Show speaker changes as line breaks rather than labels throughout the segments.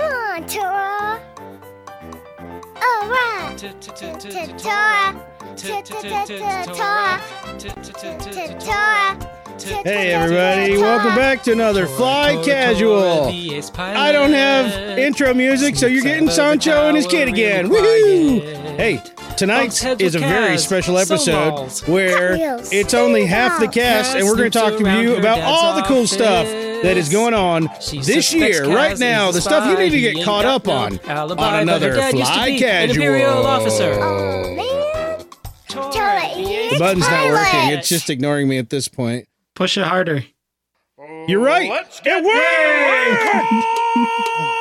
on Torah. All right.
Hey, everybody, welcome back to another Fly Casual. I don't have intro music, so you're getting Sancho and his kid again. Woohoo! Hey, tonight is a very special episode where it's only half the cast, and we're going to talk to you about all the cool stuff that is going on this year, right now, the stuff you need to get caught up on on another Fly Casual.
Oh, man. Torah is
The button's not working,
pilot.
it's just ignoring me at this point.
Push it harder.
You're right. it worked!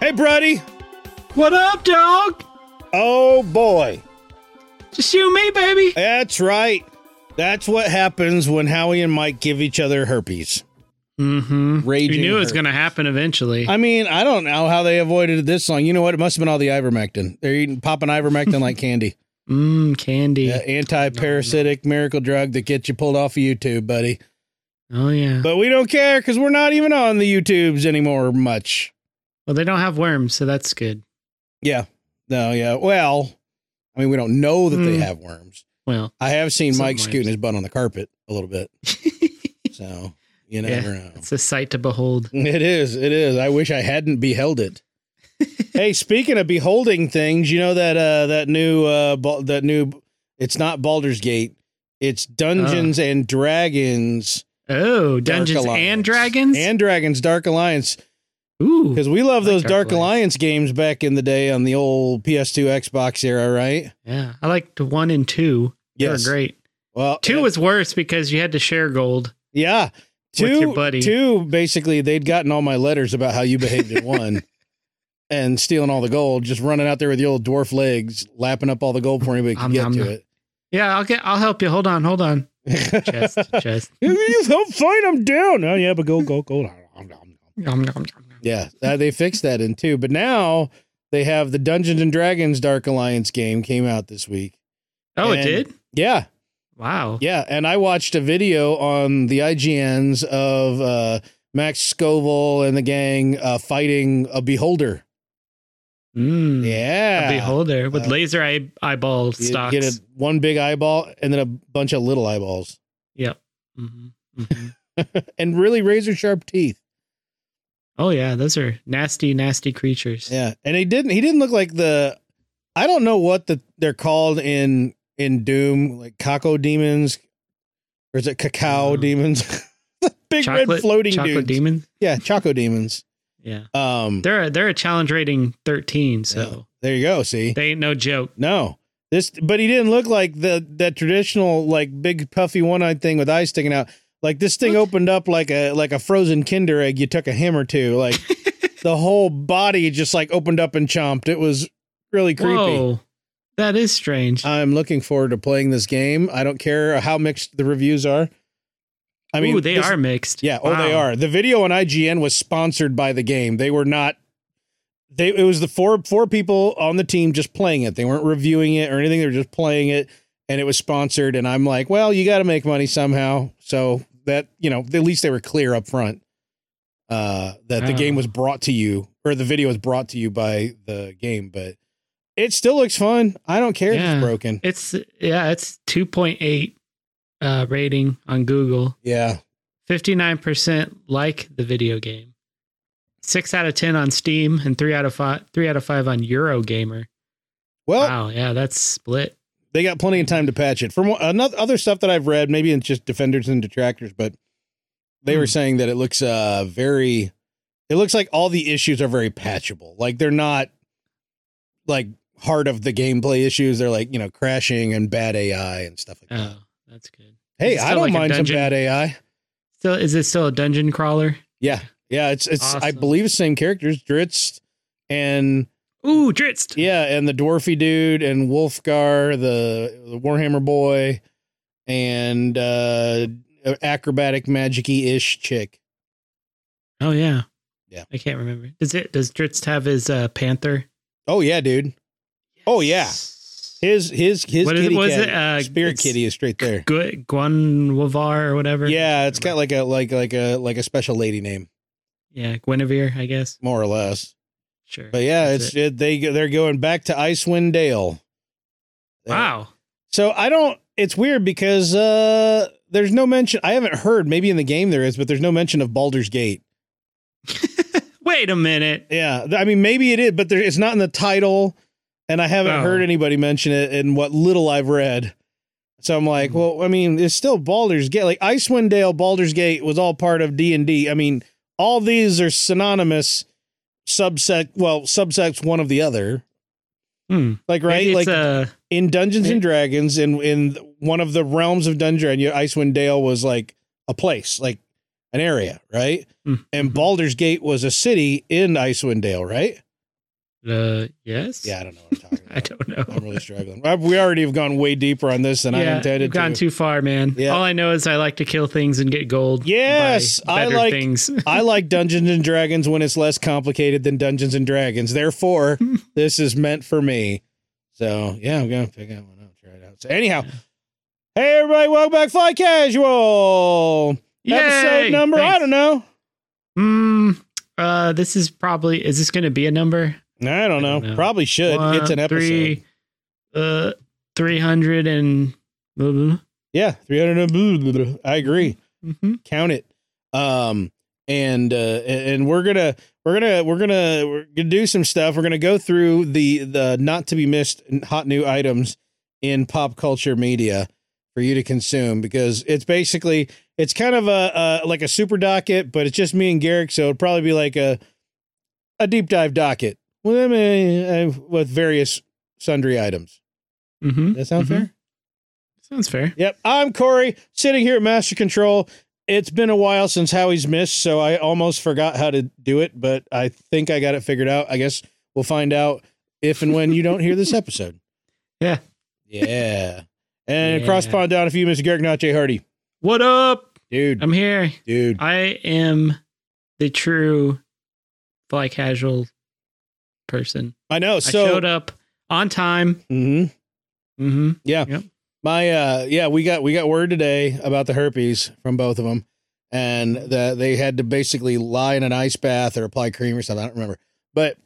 Hey, buddy.
What up, dog?
Oh, boy.
Just you and me, baby.
That's right. That's what happens when Howie and Mike give each other herpes.
Mm-hmm.
Raging.
We knew it was
herpes.
going to happen eventually.
I mean, I don't know how they avoided it this long. You know what? It must have been all the ivermectin. They're eating popping ivermectin like candy.
Mmm, candy.
That anti-parasitic miracle drug that gets you pulled off of YouTube, buddy.
Oh, yeah.
But we don't care because we're not even on the YouTubes anymore much.
Well, they don't have worms, so that's good.
Yeah. No, yeah. Well, I mean, we don't know that they
Hmm.
have worms.
Well,
I have seen
Some
Mike scooting
worms.
his butt on the carpet a little bit. So you
Yeah.
never know.
it's a sight to behold.
It is. It is. I wish I hadn't beheld it. hey, speaking of beholding things, you know that uh that new uh Bal- that new it's not Baldur's Gate. It's Dungeons and Dragons
Oh, Uh. Dungeons
Alliance.
and Dragons?
and Dragons Dark Alliance
Ooh.
because we love
I like
those Dark,
Dark
Alliance. games back in the day on the old PS2 Xbox era, right?
Yeah. I liked one and two.
Yes.
They were great.
Well,
Two
uh,
was worse because you had to share gold.
yeah. Two,
with your buddy.
two. Basically, they'd gotten all my letters about how you behaved in one, and stealing all the gold, just running out there with your old dwarf legs, lapping up all the gold before anybody could
Om
get
nom
to
nom.
it.
Yeah, I'll get I'll help you. Hold on, hold on. Chest, chest.
you don't fight him down. Oh yeah, but go go go.
Nom, nom, nom, nom.
Yeah, uh, they fixed that in two, but now they have the Dungeons and Dragons Dark Alliance game came out this week.
Oh, it
And-
did?
Yeah,
Wow.
yeah, and I watched a video on the IGNs of uh, Max Scoville and the gang uh, fighting a beholder.
Mm.
Yeah,
A beholder with
Uh,
laser eye, eyeball
You
stocks.
get a, one big eyeball and then a bunch of little eyeballs
Yep. hmm hmm
and really razor sharp teeth.
oh yeah, those are nasty, nasty creatures.
Yeah, and he didn't. He didn't look like the. I don't know what the they're called in in Doom, like Kako demons, or is it cacao
Oh.
demons? the big red floating
chocolate
dudes.
demon.
Yeah, Choco demons.
Yeah,
Um,
they're a, they're a challenge rating thirteen, so
there you go. See,
they ain't no joke.
no, this, but he didn't look like the that traditional like big puffy one eyed thing with eyes sticking out. Like this thing opened up like a like a frozen Kinder egg. You took a hammer to like the whole body just like opened up and chomped. It was really creepy. Uh,
Whoa, that is strange.
I'm looking forward to playing this game. I don't care how mixed the reviews are. I mean,
Ooh, they
this-
are mixed.
Yeah, oh, they
Wow.
are. The video on IGN was sponsored by the game. They were not. They it was the four four people on the team just playing it. They weren't reviewing it or anything. They were just playing it, and it was sponsored. And I'm like, well, you got to make money somehow. So that you know, at least they were clear up front uh, that the
Wow.
game was brought to you or the video was brought to you by the game. But it still looks fun. I don't care if
Yeah.
it's broken.
It's yeah, it's two point eight uh, rating on Google.
Yeah.
Fifty nine percent like the video game. Six out of ten on Steam and three out of five three out of five on Eurogamer.
Well,
Wow, yeah, that's split.
they got plenty of time to patch it. From what- another other stuff that I've read, maybe it's just defenders and detractors, but they were
Hmm.
saying that it looks uh very it looks like all the issues are very patchable. Like they're not like heart of the gameplay issues. They're like, you know, crashing and bad AI and stuff like that.
Oh, that's good.
Hey,
Is it
I
still
don't
like a
mind some
dungeon?
bad AI.
Still, is it still a dungeon crawler?
Yeah. Yeah, it's it's I
Awesome.
believe it's the same characters, Dritz and
Ooh, Dritz.
Yeah, and the dwarfy dude and Wolfgar, the, the Warhammer boy, and uh acrobatic magic ish chick.
Oh yeah.
Yeah.
I can't remember. Does it? Does Dritz have his uh, panther?
Oh yeah, dude. Oh yeah. His his his
What is it-
kitty
what is
cat,
it? Uh,
spirit
it's-
kitty is straight there.
Gu- Guanwavar or whatever.
Yeah, it's got like a like like a like a special lady name,
yeah, Guinevere, I guess.
more or less.
Sure.
But yeah,
That's
it's
it.
it, they they're going back to Icewind Dale. uh,
wow.
So I don't. It's weird because uh there's no mention. I haven't heard. Maybe in the game there is, but there's no mention of Baldur's Gate.
Wait a minute.
Yeah, th- I mean maybe it is, but there, it's not in the title, and I haven't
Oh.
heard anybody mention it in what little I've read. So I'm like,
Hmm.
well, I mean, it's still Baldur's Gate. Like Icewind Dale, Baldur's Gate was all part of D and D. I mean, all these are synonymous subsect. Well, subsects one of the other.
Hmm.
Like right,
Maybe
like
it's uh,
in Dungeons
may-
and Dragons, in in one of the realms of Dungeon, you- Icewind Dale was like a place, like an area, right?
Mhm.
And Baldur's Gate was a city in Icewind Dale, right?
uh, yes.
Yeah, I don't know what I'm talking about.
I don't know.
I'm really struggling. I- We already have gone way deeper on this than I
yeah,
intended
you've gone
to.
too far, man.
Yeah.
All I know is I like to kill things and get gold.
Yes,
by
I
better
like-
things.
I like Dungeons and Dragons when it's less complicated than Dungeons and Dragons. Therefore, this is meant for me. So yeah, I'm gonna pick that one up, try it out. So anyhow, hey everybody, welcome back, Fly Casual.
Yay!
Episode number, I don't know.
Hmm. uh, this is probably is this going to be a number?
I don't know.
don't know.
Probably should. it's an
One,
episode.
Three, uh, three hundred and. Mm-hmm.
Yeah, 300. blah, blah, blah, blah. I agree. Count it. Um and uh and we're going to we're going to we're going to we're going to do some stuff. We're going to go through the the not to be missed hot new items in pop culture media for you to consume because it's basically it's kind of a, a like a super docket, but it's just me and Garrick, so it'd probably be like a a deep dive docket with, I mean, uh, with various sundry items.
Mm-hmm.
Does that sound
Mhm.
fair?
Sounds fair.
Yep. I'm Corey, sitting here at Master Control. It's been a while since Howie's missed, so I almost forgot how to do it, but I think I got it figured out. I guess we'll find out if and when you don't hear this episode.
Yeah.
Yeah. And
Yeah.
cross pond down a few, Mr. Garrick, not Jay Hardy.
What up?
Dude,
I'm here.
dude.
I am the true fly casual person.
I know.
I
So
showed up on time.
Mhm.
Mm-hmm.
my uh yeah, we got we got word today about the herpes from both of them. And that they had to basically lie in an ice bath or apply cream or something. I don't remember. But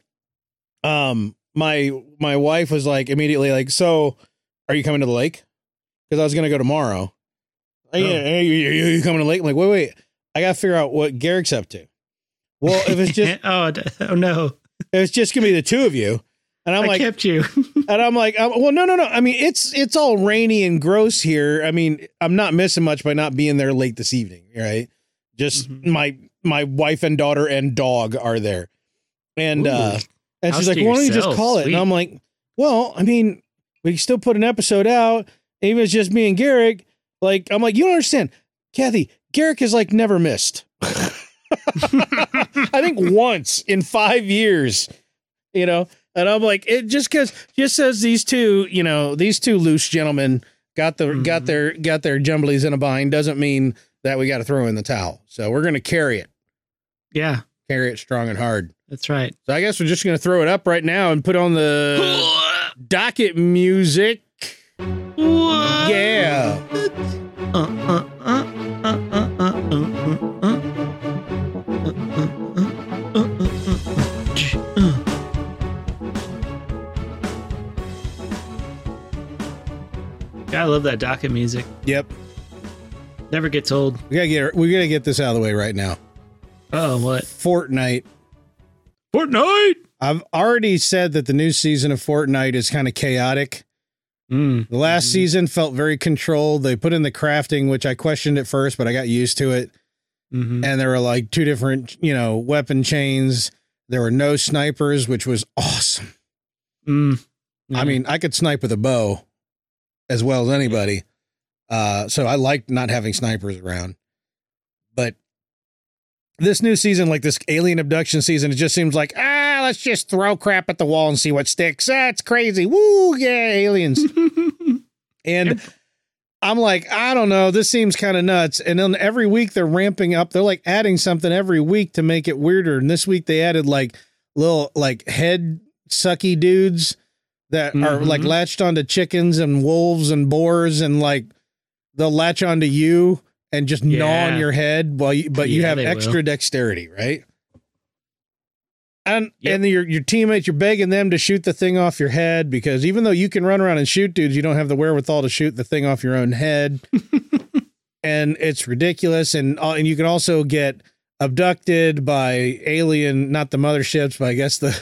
um my my wife was like immediately like so are you coming to the lake because i was going to go tomorrow Are you-
Oh.
are you, are you, you coming to the lake i'm like wait wait i gotta figure out what garrick's up to well if it's just
oh, d- oh no,
if it's just gonna be the two of you and i'm
I
like
kept you.
and i'm like um, well no no no i mean it's it's all rainy and gross here i mean i'm not missing much by not being there late this evening right just
Mhm.
my my wife and daughter and dog are there and
Ooh.
uh and
House
she's like,
to
why don't you just
yourself,
call it?
sweet.
And I'm like, well, I mean, we can still put an episode out. Even if it's just me and Garrick. Like, I'm like, you don't understand. Kathy, Garrick has like never missed. I think once in five years, you know? And I'm like, it just cause just says these two, you know, these two loose gentlemen got the got
Mhm.
their got their jumblies in a bind doesn't mean that we gotta throw in the towel. So we're gonna carry it.
yeah,
Carry it strong and hard.
that's right. Uh,
So I guess we're just gonna throw it up right now and put on the docket music. Yeah.
Uh, uh, uh, uh, uh, uh, uh, uh, uh. Uh, uh, uh, uh, uh, uh, ch- uh. Yeah, I love that docket music.
Yep.
Never gets old.
We gotta get we gotta get this out of the way right now.
Oh, what?
Fortnite.
Fortnite.
I've already said that the new season of Fortnite is kind of chaotic.
Mm.
The last
Mhm.
season felt very controlled. They put in the crafting, which I questioned at first, but I got used to it.
hmm
And there were like two different, you know, weapon chains. There were no snipers, which was awesome.
Mm. Yeah.
I mean, I could snipe with a bow as well as anybody. Uh, so I liked not having snipers around. But this new season, like this alien abduction season, it just seems like, ah, let's just throw crap at the wall
Mm.
and see what sticks. That's crazy. Woo, yeah, aliens. and I'm like, I don't know. This seems kind of nuts. And then every week they're ramping up. They're like adding something every week to make it weirder. And this week they added like little like head sucky dudes that are like
Mhm.
latched onto chickens and wolves and boars and like they'll latch onto you and just gnaw
Yeah.
on your head while you, but you
Yeah,
have
they will.
extra dexterity, right? And
Yep.
and your your teammates, you're begging them to shoot the thing off your head because even though you can run around and shoot dudes, you don't have the wherewithal to shoot the thing off your own head, and it's ridiculous. And uh, and you can also get abducted by alien, not the motherships, but I guess the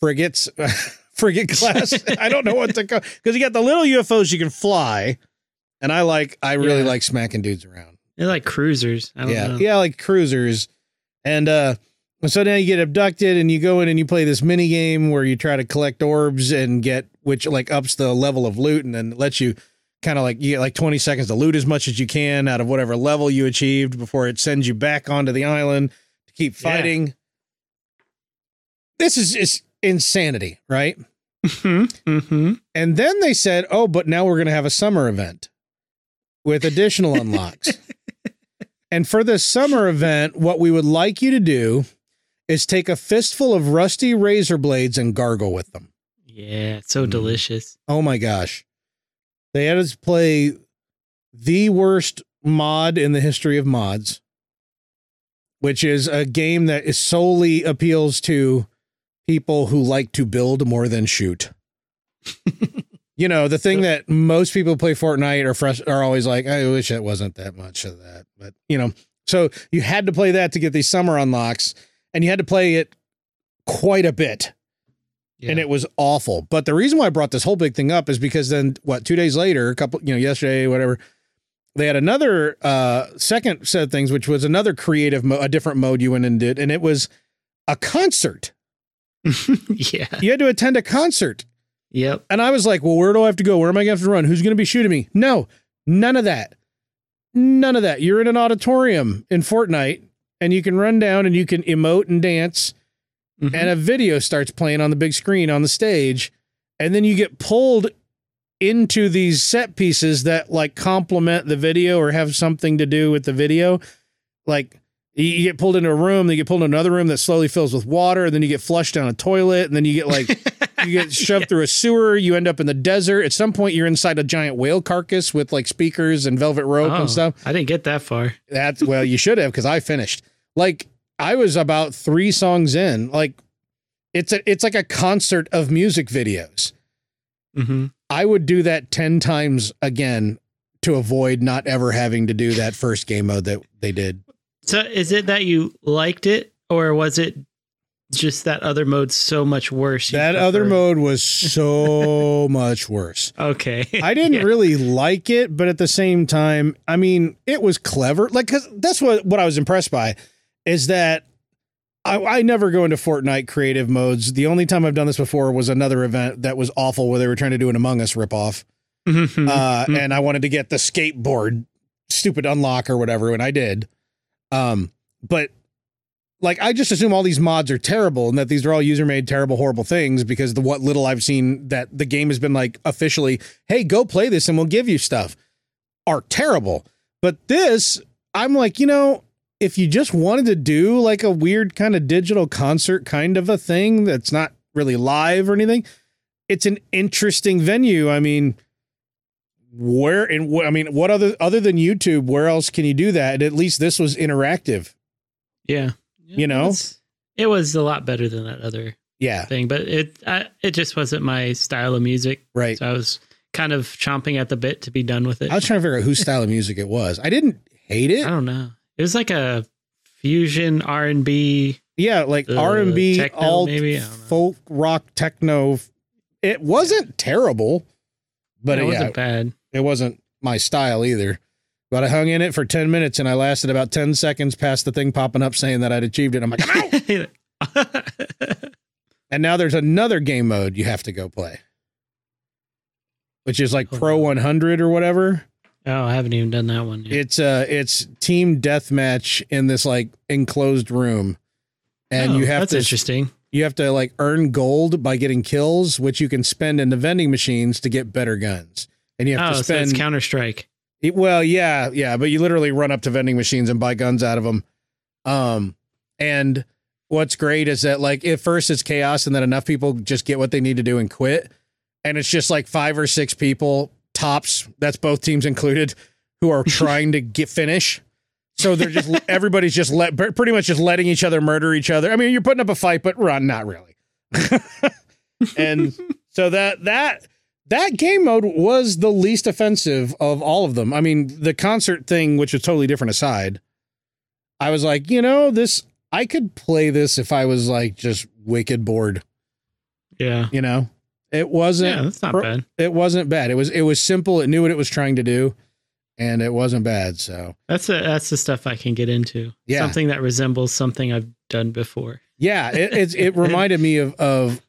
frigates, frigate class. I don't know what to call because you got the little UFOs you can fly, and I like I really
Yeah.
like smacking dudes around
They're like cruisers. I don't
yeah
know.
yeah like cruisers and uh so now you get abducted and you go in and you play this mini game where you try to collect orbs and get which like ups the level of loot and then lets you kind of like you get like 20 seconds to loot as much as you can out of whatever level you achieved before it sends you back onto the island to keep
Yeah.
fighting this is just insanity right
Mm-hmm. hmm
and then they said, "Oh, but now we're going to have a summer event with additional unlocks." and for this summer event, what we would like you to do is take a fistful of rusty razor blades and gargle with them.
Yeah. It's so
Mm.
delicious.
Oh my gosh. They had us play the worst mod in the history of mods, which is a game that is solely appeals to people who like to build more than shoot. you know, the thing that most people who play Fortnite are frust- are always like, I wish it wasn't that much of that. But, you know, so you had to play that to get these summer unlocks and you had to play it quite a bit
Yeah.
and it was awful. But the reason why I brought this whole big thing up is because then what? Two days later, a couple, you know, yesterday, whatever, they had another uh, second set of things, which was another creative, mo- a different mode you went and did, and it was a concert.
yeah.
You had to attend a concert,
Yep.
and I was like, well, where do I have to go? Where am I going to have to run? Who's going to be shooting me? No, none of that. None of that. You're in an auditorium in Fortnite, and you can run down and you can emote and dance
Mhm.
and a video starts playing on the big screen on the stage and then you get pulled into these set pieces that like complement the video or have something to do with the video like you- you get pulled into a room then you get pulled into another room that slowly fills with water and then you get flushed down a toilet and then you get like you get shoved through a sewer you end up in the desert at some point you're inside a giant whale carcass with like speakers and velvet rope
Oh,
and stuff
I didn't get that far.
that's well, you should have because I finished. Like I was about three songs in. Like it's a it's like a concert of music videos.
hmm
I would do that ten times again to avoid not ever having to do that first game mode that they did.
So is it that you liked it, or was it just that other mode so much worse? you
That other
preferred?
mode was so much worse.
Okay.
I didn't
Yeah.
really like it, but at the same time, I mean, it was clever. Like, cause that's what what I was impressed by is that I, I never go into Fortnite creative modes. The only time I've done this before was another event that was awful where they were trying to do an Among Us ripoff,
Mhm.
uh,
Mhm.
and I wanted to get the skateboard stupid unlock or whatever, and I did. Um, but like, I just assume all these mods are terrible and that these are all user made terrible, horrible things because the what little I've seen that the game has been like officially, hey, go play this and we'll give you stuff are terrible. But this, I'm like, you know, if you just wanted to do like a weird kind of digital concert kind of a thing that's not really live or anything, it's an interesting venue. I mean, where and wh- I mean, what other other than YouTube, where else can you do that? And at least this was interactive.
yeah.
you know?
It's- it was a lot better than that other
Yeah,
thing, but it I, it just wasn't my style of music.
right.
So I was kind of chomping at the bit to be done with it.
I was trying to figure out whose style of music it was. I didn't hate
I
it.
don't know. It was like a fusion R and B.
Yeah, like
Uh,
R and B,
techno,
all
maybe? I don't know.
folk rock, techno. It wasn't terrible, but
it
yeah,
wasn't bad.
it wasn't my style either. But I hung in it for 10 minutes and I lasted about 10 seconds past the thing popping up saying that I'd achieved it. I'm like, "I'm out." and now there's another game mode you have to go play, which is like
Oh,
Pro
no.
100 or whatever.
oh, I haven't even done that one yet.
It's uh, it's team deathmatch in this like enclosed room, and
Oh,
you have
that's
to
interesting.
you have to like earn gold by getting kills, which you can spend in the vending machines to get better guns, and you have
Oh,
to
so
spend
it's Counter Strike.
It- well, yeah, yeah, but you literally run up to vending machines and buy guns out of them. Um, and what's great is that like at first it's chaos, and then enough people just get what they need to do and quit, and it's just like five or six people tops. That's both teams included who are trying to get finish. So they're just everybody's just let pretty much just letting each other murder each other. I mean, you're putting up a fight, but run, not really. and so that that that game mode was the least offensive of all of them. I mean, the concert thing, which was totally different aside, I was like, you know, this I could play this if I was like just wicked bored,
Yeah.
you know. It wasn't
Yeah, that's not
pro-
bad.
it wasn't bad. It was it was simple, it knew what it was trying to do, and it wasn't bad. So
That's the that's the stuff I can get into.
Yeah.
Something that resembles something I've done before.
yeah, it it, it reminded me of of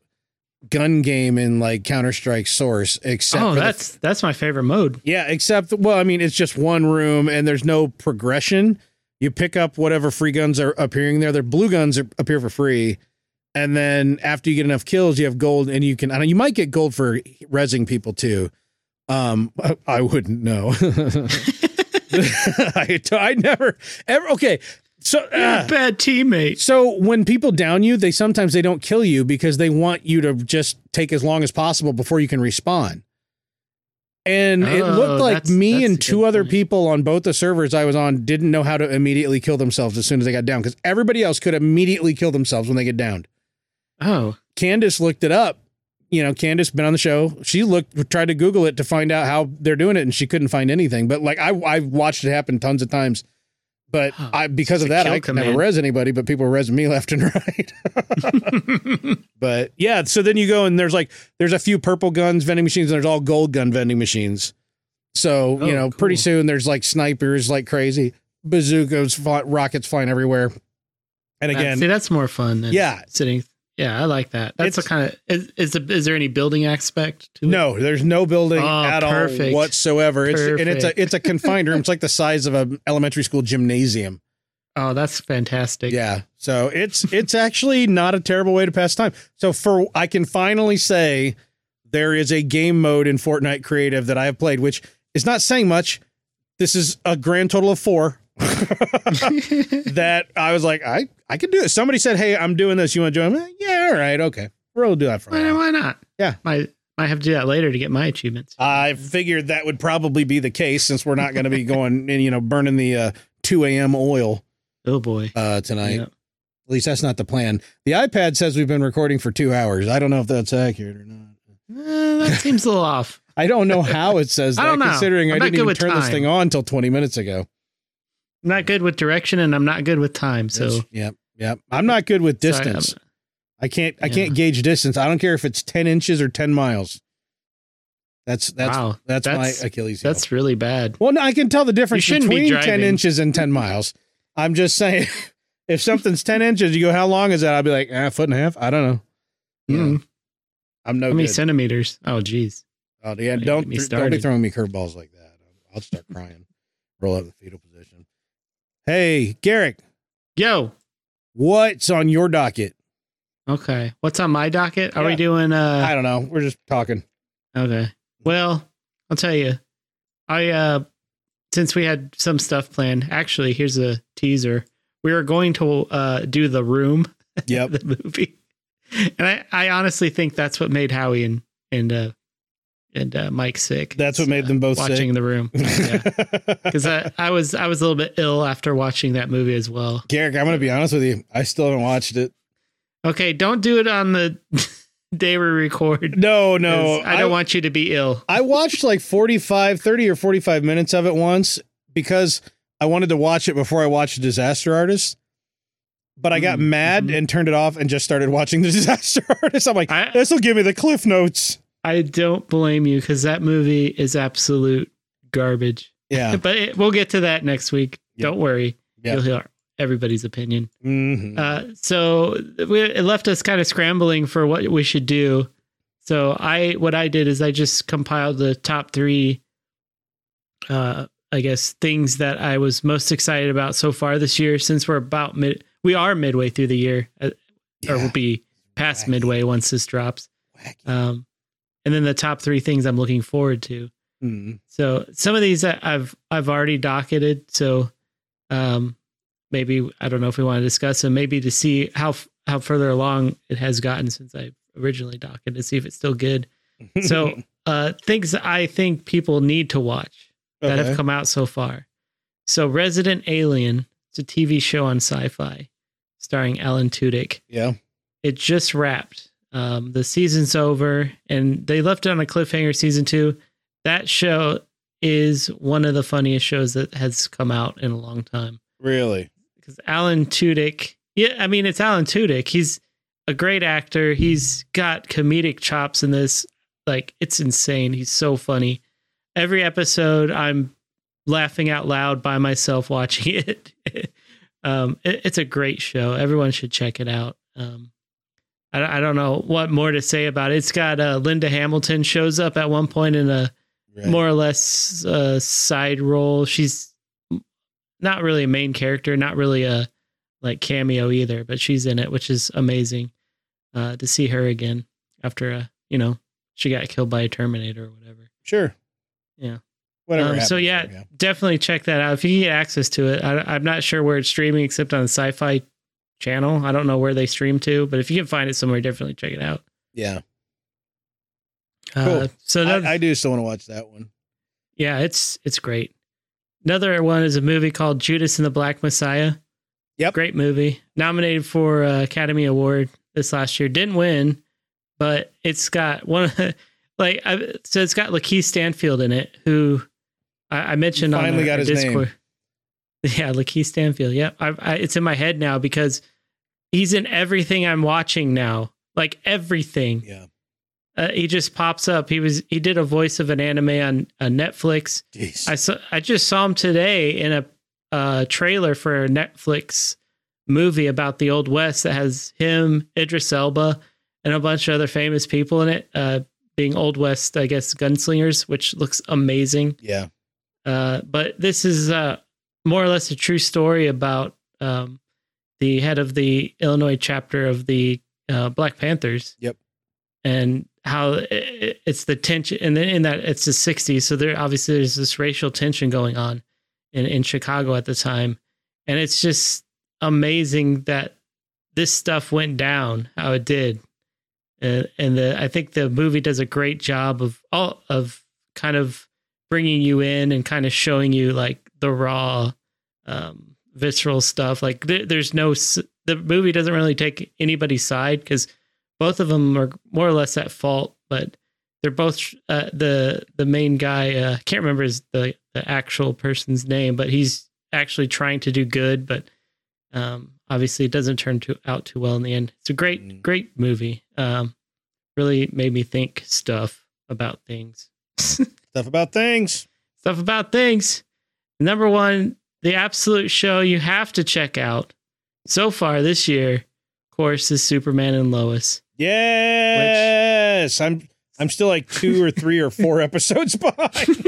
gun game in like Counter Strike Source, except
oh,
for the
that's that's my favorite mode.
Yeah, except well, I mean, it's just one room and there's no progression. You pick up whatever free guns are appearing there. Their blue guns are, appear for free, and then after you get enough kills, you have gold, and you can. I know you might get gold for rezzing people too. Um, I, I wouldn't know. I, I never ever okay. So ah.
Bad teammate.
So when people down you, they sometimes they don't kill you because they want you to just take as long as possible before you can respawn. And it
Oh,
looked like
that's-
me
that's a
and
good
two other
point.
people on both the servers I was on didn't know how to immediately kill themselves as soon as they got down because everybody else could immediately kill themselves when they get downed.
Oh,
Candace looked it up. You know, Candace been on the show. She looked tried to Google it to find out how they're doing it, and she couldn't find anything. But like I, I've watched it happen tons of times. But
Huh.
I because
It's
of
a
that,
kill
I could never
command.
res anybody, but people res me left and right. but yeah, so then you go and there's like there's a few purple guns vending machines, and there's all gold gun vending machines. So
Oh,
you know, pretty
cool.
soon there's like snipers like crazy, bazookas, fly, rockets flying everywhere, and
That-
again,
see, that's more fun than
yeah,
sitting. Yeah, I like that. That's
It's-
the kind of is, is, the, is there any building aspect to it?
No, there's no building
Oh,
at
perfect.
all whatsoever. It's, and it's
Perfect.
a it's a confined room. It's like the size of an elementary school gymnasium.
Oh, that's fantastic.
Yeah. So it's it's actually not a terrible way to pass time. So for I can finally say there is a game mode in Fortnite Creative that I have played, which is not saying much. This is a grand total of four. that I was like, I I could do it. Somebody said, Hey, I'm doing this. You want to join? me? Yeah, all right, okay. We'll do that for
why,
now.
why not?
Yeah.
might might have to do that later to get my achievements.
I figured that would probably be the case since we're not going to be going and you know burning the uh, 2 a.m. oil
Oh boy.
uh, tonight.
Yeah.
At least that's not the plan. The iPad says we've been recording for two hours. I don't know if that's accurate or not.
Uh, that seems a little off.
I don't know how it says
I
that,
don't know.
considering
I'm
I
not
didn't
good
even
with
turn this
time.
thing on until 20 minutes ago.
I'm not good with direction, and I'm not good with time. So
That's- yep, yep. I'm not good with
Sorry,
distance.
I'm-
I can't. I
Yeah.
can't gauge distance. I don't care if it's 10 inches or 10 miles. That's that's
wow,
that's,
That's-
my Achilles. heel.
that's really bad.
Well, no, I can tell the difference
shouldn't be
between 10
driving.
inches and 10 miles. I'm just saying, if something's 10 inches, you go, how long is that? I'll be like, ah, foot and a half. I don't know. Yeah,
Mm.
I'm no
How many
good.
centimeters? Oh, geez.
Oh, yeah,
Don't get
don't,
me
don't be
started.
throwing me curveballs like that. I'll start crying. Roll up the fetal position. Hey, Garrick,
Yo.
what's on your docket?
Okay. What's on my docket? Are
Yeah.
we doing? uh
I don't know. We're just talking.
Okay. Well, I'll tell you. I uh since we had some stuff planned, actually, here's a teaser. We were going to uh do the room,
Yep.
the movie. And I I honestly think that's what made Howie and and uh and uh, Mike sick.
That's what
It's,
made
uh,
them both sick.
watching the room. Yeah. Cuz I, I was I was a little bit ill after watching that movie as well.
Garrick, I'm going to be honest with you. I still haven't watched it.
Okay, don't do it on the day we record.
No, no.
'cause I don't want you to be ill.
I watched like 45, 30 or 45 minutes of it once because I wanted to watch it before I watched Disaster Artist. But I got
Mm,
mad
mhm.
and turned it off and just started watching the Disaster Artist. I'm like,
I-
this will give me the cliff notes.
I don't blame you because that movie is absolute garbage.
Yeah.
But it, we'll get to that next week.
Yeah.
Don't worry,
Yeah.
you'll hear everybody's opinion.
Mhm.
Uh, so we, it left us kind of scrambling for what we should do. So I, what I did is I just compiled the top three, uh, I guess things that I was most excited about so far this year. Since we're about mid, we are midway through the year, uh,
Yeah.
or we'll be past
Wacky.
midway once this drops.
Wacky.
Um, and then the top three things I'm looking forward to.
Mm.
So some of these I- I've I've already docketed. So um, maybe I don't know if we want to discuss them. Maybe to see how f- how further along it has gotten since I originally docketed to see if it's still good. So uh, things I think people need to watch that
Okay.
have come out so far. So Resident Alien, it's a TV show on Sci-Fi, starring Alan Tudyk
yeah.
it just wrapped. Um, the season's over, and they left it on a cliffhanger. Season two, that show is one of the funniest shows that has come out in a long time
Really.
because Alan Tudyk. Yeah, I mean it's Alan Tudyk. He's a great actor. He's got comedic chops in this. Like it's insane. He's so funny. Every episode, I'm laughing out loud by myself watching it. um, it- it's a great show. Everyone should check it out. Um, I, I don't know what more to say about it. It's got uh, Linda Hamilton shows up at one point in a
Right.
more or less uh, side role. She's not really a main character, not really a like cameo either, but she's in it, which is amazing uh, to see her again after a you know she got killed by a Terminator or whatever.
Sure.
Yeah.
Whatever.
Um,
happened
so
to
yeah,
her,
definitely check that out if you can get access to it. I, I'm not sure where it's streaming except on the Sci-Fi channel. I don't know where they stream to, but if you can find it somewhere, definitely check it out.
Yeah.
Uh,
Cool.
so another-
I, I do still want to watch that one.
Yeah, it's it's great. Another one is a movie called Judas and the Black Messiah.
Yep.
Great movie. Nominated for uh, Academy Award this last year. Didn't win, but it's got one of the, like I, so it's got Lakeith Stanfield in it, who I, I mentioned on
Finally
our-
got
our
his name.
Discord. Yeah, Lakeith Stanfield. Yep, I, I, it's in my head now because he's in everything I'm watching now. Like everything
Yeah.
uh, he just pops up. He was he did a voice of an anime on, on Netflix.
Jeez.
I saw I just saw him today in a uh, trailer for a Netflix movie about the Old West that has him, Idris Elba, and a bunch of other famous people in it. Uh, being Old West, I guess, gunslingers, which looks amazing.
yeah.
Uh, but this is uh, more or less a true story about um, the head of the Illinois chapter of the uh, Black Panthers.
Yep.
And how i- i- it's the tension, and then in that it's the '60s, so there obviously there's this racial tension going on in in Chicago at the time, and it's just amazing that this stuff went down how it did. And, and the, I think the movie does a great job of all of kind of bringing you in and kind of showing you like the raw um visceral stuff like there, there's no s- the movie doesn't really take anybody's side because both of them are more or less at fault but they're both uh, the the main guy uh can't remember his the, the actual person's name but he's actually trying to do good but um obviously it doesn't turn to, out too well in the end it's a great
Mm.
great movie um really made me think stuff about things
Stuff about things.
stuff about things. Number one, the absolute show you have to check out so far this year, of course, is Superman and Lois.
Yes. I'm I'm still like two or three or four episodes behind.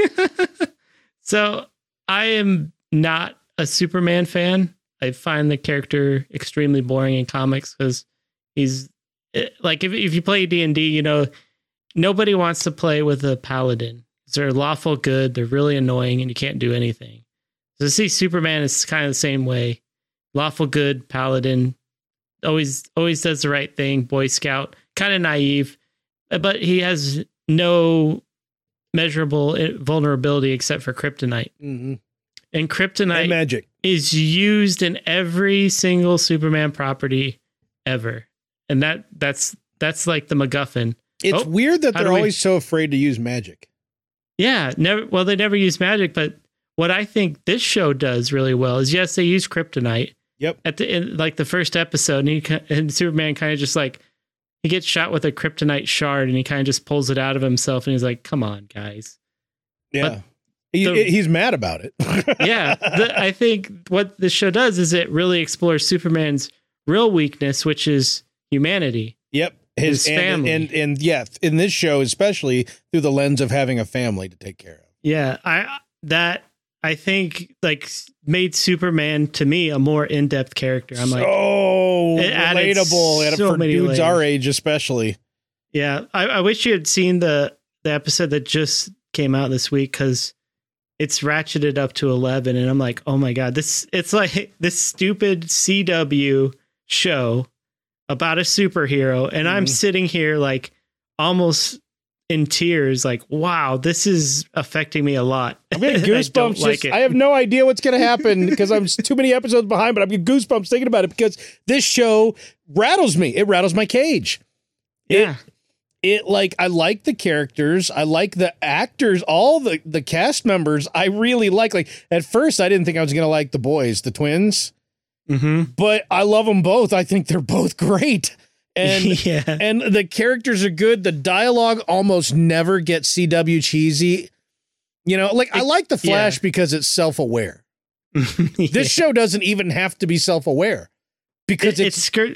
so I am not a Superman fan. I find the character extremely boring in comics because he's eh, like if if you play D and D, you know nobody wants to play with a paladin. 'Cause They're lawful good. They're really annoying, and you can't do anything. So to see Superman is kind of the same way. Lawful good paladin always always does the right thing. Boy Scout, kind of naive, eh, but he has no measurable eh, vulnerability except for kryptonite.
hmm
And
And
kryptonite
magic.
is used in every single Superman property ever. And that that's that's like the MacGuffin.
It's
Oh,
weird that
how
they're
do we-
always so afraid to use magic.
Yeah, never well they never use magic, but what I think this show does really well is yes, they use kryptonite.
Yep.
At the in like the first episode and he ki- and Superman kind of just like he gets shot with a kryptonite shard and he kind of just pulls it out of himself and he's like, "Come on, guys."
Yeah. He-
the-
he's mad about it.
yeah, the, I think what the show does is it really explores Superman's real weakness, which is humanity.
Yep. His,
His
and,
family.
And, and yeah, in this show especially through the lens of having a family to take care of.
Yeah, I that I think like s- made Superman to me a more in-depth character. I'm
Oh,
like,
so
It added
relatable and
so
for
many
dudes
layers.
our age especially.
yeah, I, I wish you had seen the the episode that just came out this week because it's ratcheted up to 11 and i'm like oh my god this it's like this stupid cw show about a superhero and i'm
Mhm.
sitting here like almost in tears like wow this is affecting me a lot
I'm getting
I don't
goosebumps. I,
like it.
I have no idea what's going to happen because I'm s- too many episodes behind, but I'm getting goosebumps thinking about it because this show rattles me. It rattles my cage.
yeah
It like I like the characters, I like the actors, all the the cast members. I really like. Like at first, I didn't think I was going to like the boys, the twins,
mm-hmm.
but I love them both. I think they're both great. And
yeah
and the characters are good. The dialogue almost never gets CW cheesy. You know, like I
It-
like the
yeah.
Flash because it's self-aware. This show doesn't even have to be self-aware because
it, it
it's,
skirt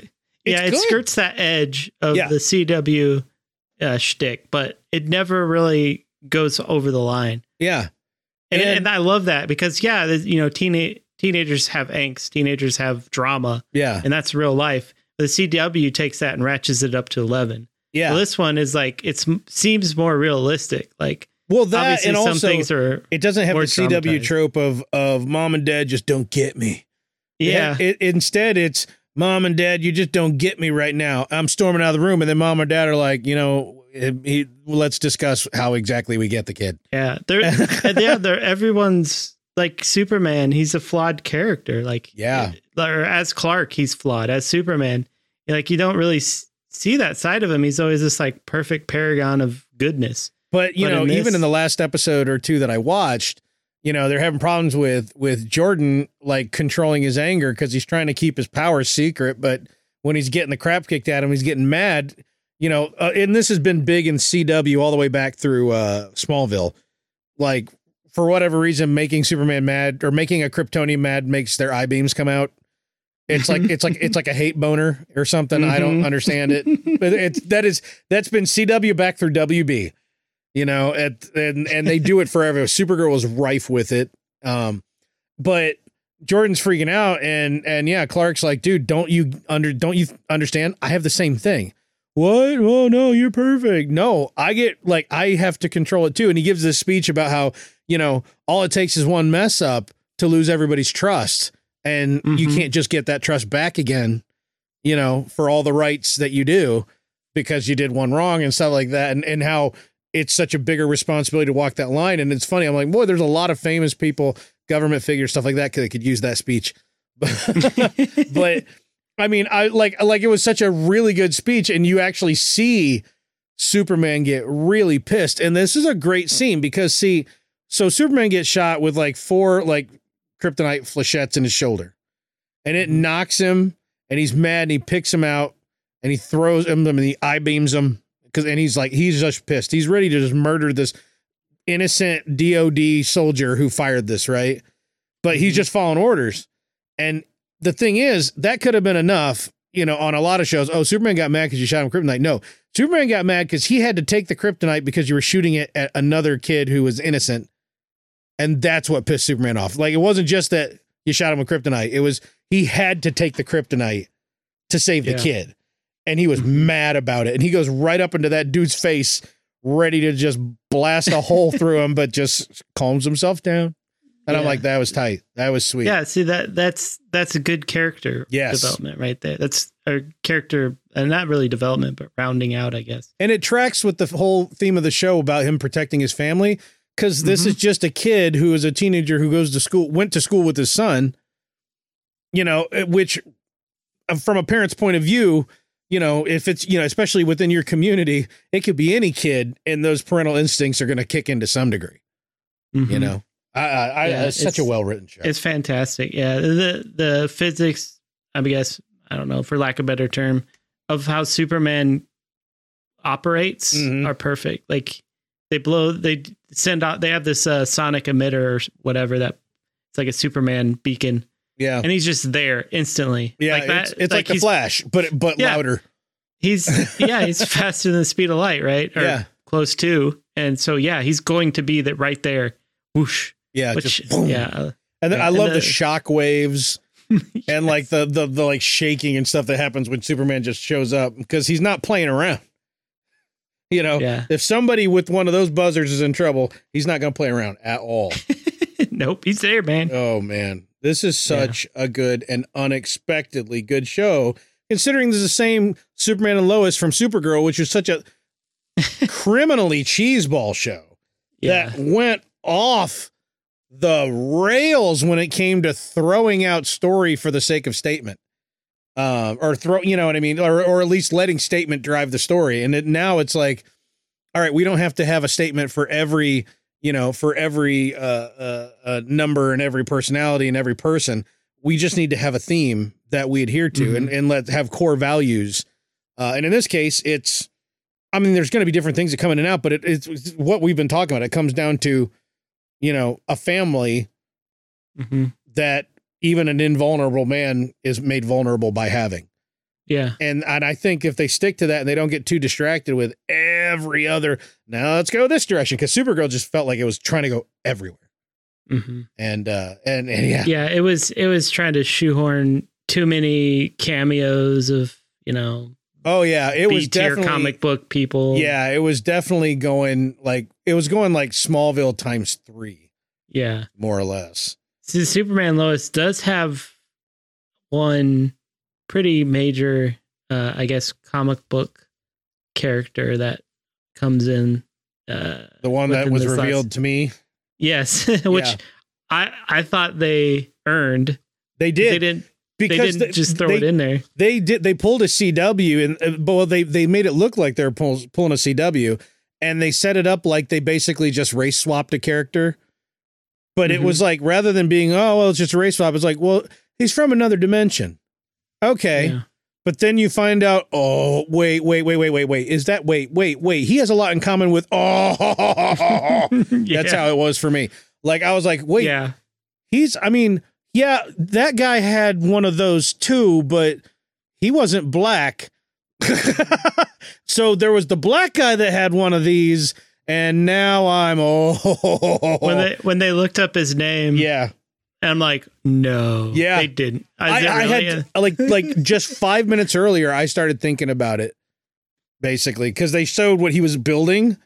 yeah
it's
it
good.
skirts that edge of
Yeah.
the cw uh shtick but it never really goes over the line
yeah,
and,
And-
and i love that because yeah there's- you know teenage teenagers have angst teenagers have drama
yeah,
and that's real life the cw takes that and ratchets it up to 11
yeah.
Well, this one is like it seems more realistic like
Well, that
obviously
and
some
also
things are
it doesn't have the
more
CW
traumatized.
trope of of mom and dad just don't get me.
yeah
It, it- instead, it's mom and dad, you just don't get me right now. I'm storming out of the room, and then mom or dad are like, you know, eh, he, let's discuss how exactly we get the kid.
yeah they're and yeah they're everyone's like superman he's a flawed character like
Yeah.
or as clark he's flawed as superman like you don't really s- see that side of him he's always this like perfect paragon of goodness
But you
But
know,
in
even
this-
in the last episode or two that I watched, you know, they're having problems with with Jordan like controlling his anger because he's trying to keep his power secret. But when he's getting the crap kicked at him, he's getting mad. You know, uh, and this has been big in CW all the way back through uh, Smallville. Like for whatever reason, making Superman mad or making a Kryptonian mad makes their eye beams come out. It's like it's like it's like a hate boner or something. I don't
Mhm.
understand it. But it's that is that's been CW back through WB. You know, at and and they do it forever. Supergirl was rife with it. Um but Jordan's freaking out and and yeah, Clark's like, "Dude, don't you under don't you understand? I have the same thing." What? Oh no, you're perfect. No, I get like I have to control it too. And he gives this speech about how, you know, all it takes is one mess up to lose everybody's trust and you
Mhm.
can't just get that trust back again you know for all the rights that you do because you did one wrong and stuff like that and and how it's such a bigger responsibility to walk that line and it's funny i'm like boy there's a lot of famous people government figures stuff like that that could use that speech but i mean i like like it was such a really good speech and you actually see superman get really pissed and this is a great scene because see so superman gets shot with like four like kryptonite flechettes in his shoulder and it knocks him and he's mad and he picks him out and he throws him and he eye beams him because and he's like he's just pissed he's ready to just murder this innocent dod soldier who fired this right but he's just following orders and the thing is that could have been enough you know on a lot of shows oh superman got mad because you shot him kryptonite no superman got mad because he had to take the kryptonite because you were shooting it at another kid who was innocent and that's what pissed superman off like it wasn't just that you shot him with kryptonite it was he had to take the kryptonite to save
Yeah.
the kid and he was mad about it and he goes right up into that dude's face ready to just blast a hole through him but just calms himself down and i'm
Yeah.
like that was tight that was sweet
yeah see that that's that's a good character
Yes.
development right there that's a character and not really development but rounding out i guess
And it tracks with the whole theme of the show about him protecting his family because this
Mhm.
is just a kid who is a teenager who goes to school, went to school with his son, you know, eh, which uh, from a parent's point of view, you know, if it's, you know, especially within your community, it could be any kid and those parental instincts are going to kick in to some degree, you
Mhm.
know. I, I, I
Yeah,
it's such a
it's-
well written show.
It's fantastic. Yeah. The the physics, I guess, I don't know, for lack of a better term, of how Superman operates
Mhm.
are perfect. Like they blow they send out they have this uh, sonic emitter or whatever that it's like a Superman beacon
yeah.
and he's just there instantly.
Oh. Yeah.
Like that,
it's it's like, the
he's,
Flash, but but
Yeah.
louder.
he's yeah, he's faster than the speed of light, right? Or
Yeah.
close to. And so yeah, he's going to be that right there. Whoosh.
Yeah.
Which
just boom.
yeah.
And then I
And
love the
the-
shock waves and like the, the the like shaking and stuff that happens when Superman just shows up because he's not playing around. You know,
Yeah.
if somebody with one of those buzzers is in trouble, he's not going to play around at all.
nope, he's there, man.
oh man, this is
Yeah.
such a good and unexpectedly good show. Considering this is the same Superman and Lois from Supergirl, which was such a criminally cheeseball show
Yeah.
that went off the rails when it came to throwing out story for the sake of statement. Um, or throw, you know what I mean, or or at least letting statement drive the story. And it, now it's like, all right, we don't have to have a statement for every, you know, for every uh, uh, uh, number and every personality and every person. We just need to have a theme that we adhere to and and let have core values. Uh, and in this case, it's I mean, there's going to be different things that come in and out, but it, it's it's what we've been talking about. It comes down to, you know, a family
hmm
that even an invulnerable man is made vulnerable by having.
Yeah.
And and I think if they stick to that and they don't get too distracted with every other, now let's go this direction because Supergirl just felt like it was trying to go everywhere.
hmm
And uh and, and yeah,
Yeah. It was it was trying to shoehorn too many cameos of you know
oh yeah, it was
B tier
definitely
comic book people.
Yeah, it was definitely going like it was going like Smallville times three,
Yeah.
more or less.
See, Superman Lois does have one pretty major, uh, I guess, comic book character that comes in. Uh,
The one that
Within
was
this last-
revealed to me.
yes, which
Yeah.
I I thought they earned.
They
They
did
didn't.
because
they didn't
th-
just throw
they,
it in there.
They did. They pulled a CW, and uh, but well, they they made it look like they're pull, pulling a CW, and they set it up like they basically just race swapped a character. But it
Mhm.
was like rather than being oh well, it's just a race swap. It's like well, he's from another dimension. Okay,
Yeah.
but then you find out oh wait wait wait wait wait wait is that wait wait wait he has a lot in common with oh that's how it was for me. Like I was like wait
Yeah.
he's i mean yeah that guy had one of those too but he wasn't black so there was the black guy that had one of these and now i'm oh
When they when they looked up his name,
yeah
I'm like, no,
Yeah.
they didn't.
I,
Is it
I
really
had uh,
a-
like like just five minutes earlier i started thinking about it basically because they showed what he was building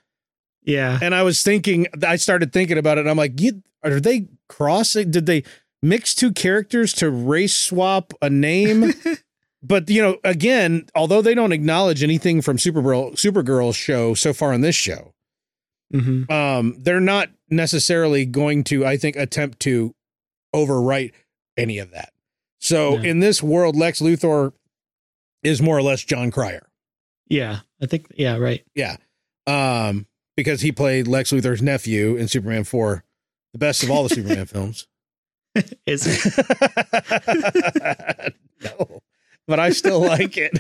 yeah,
and i was thinking i started thinking about it and i'm like you, are they crossing did they mix two characters to race swap a name but you know again although they don't acknowledge anything from supergirl supergirl's show so far in this show
hmm
um they're not necessarily going to i think attempt to overwrite any of that so
No.
in this world lex luthor is more or less john cryer
yeah. I think yeah, right.
um, because he played Lex Luthor's nephew in Superman 4, the best of all the Superman films.
Is it?
no, but I still like it.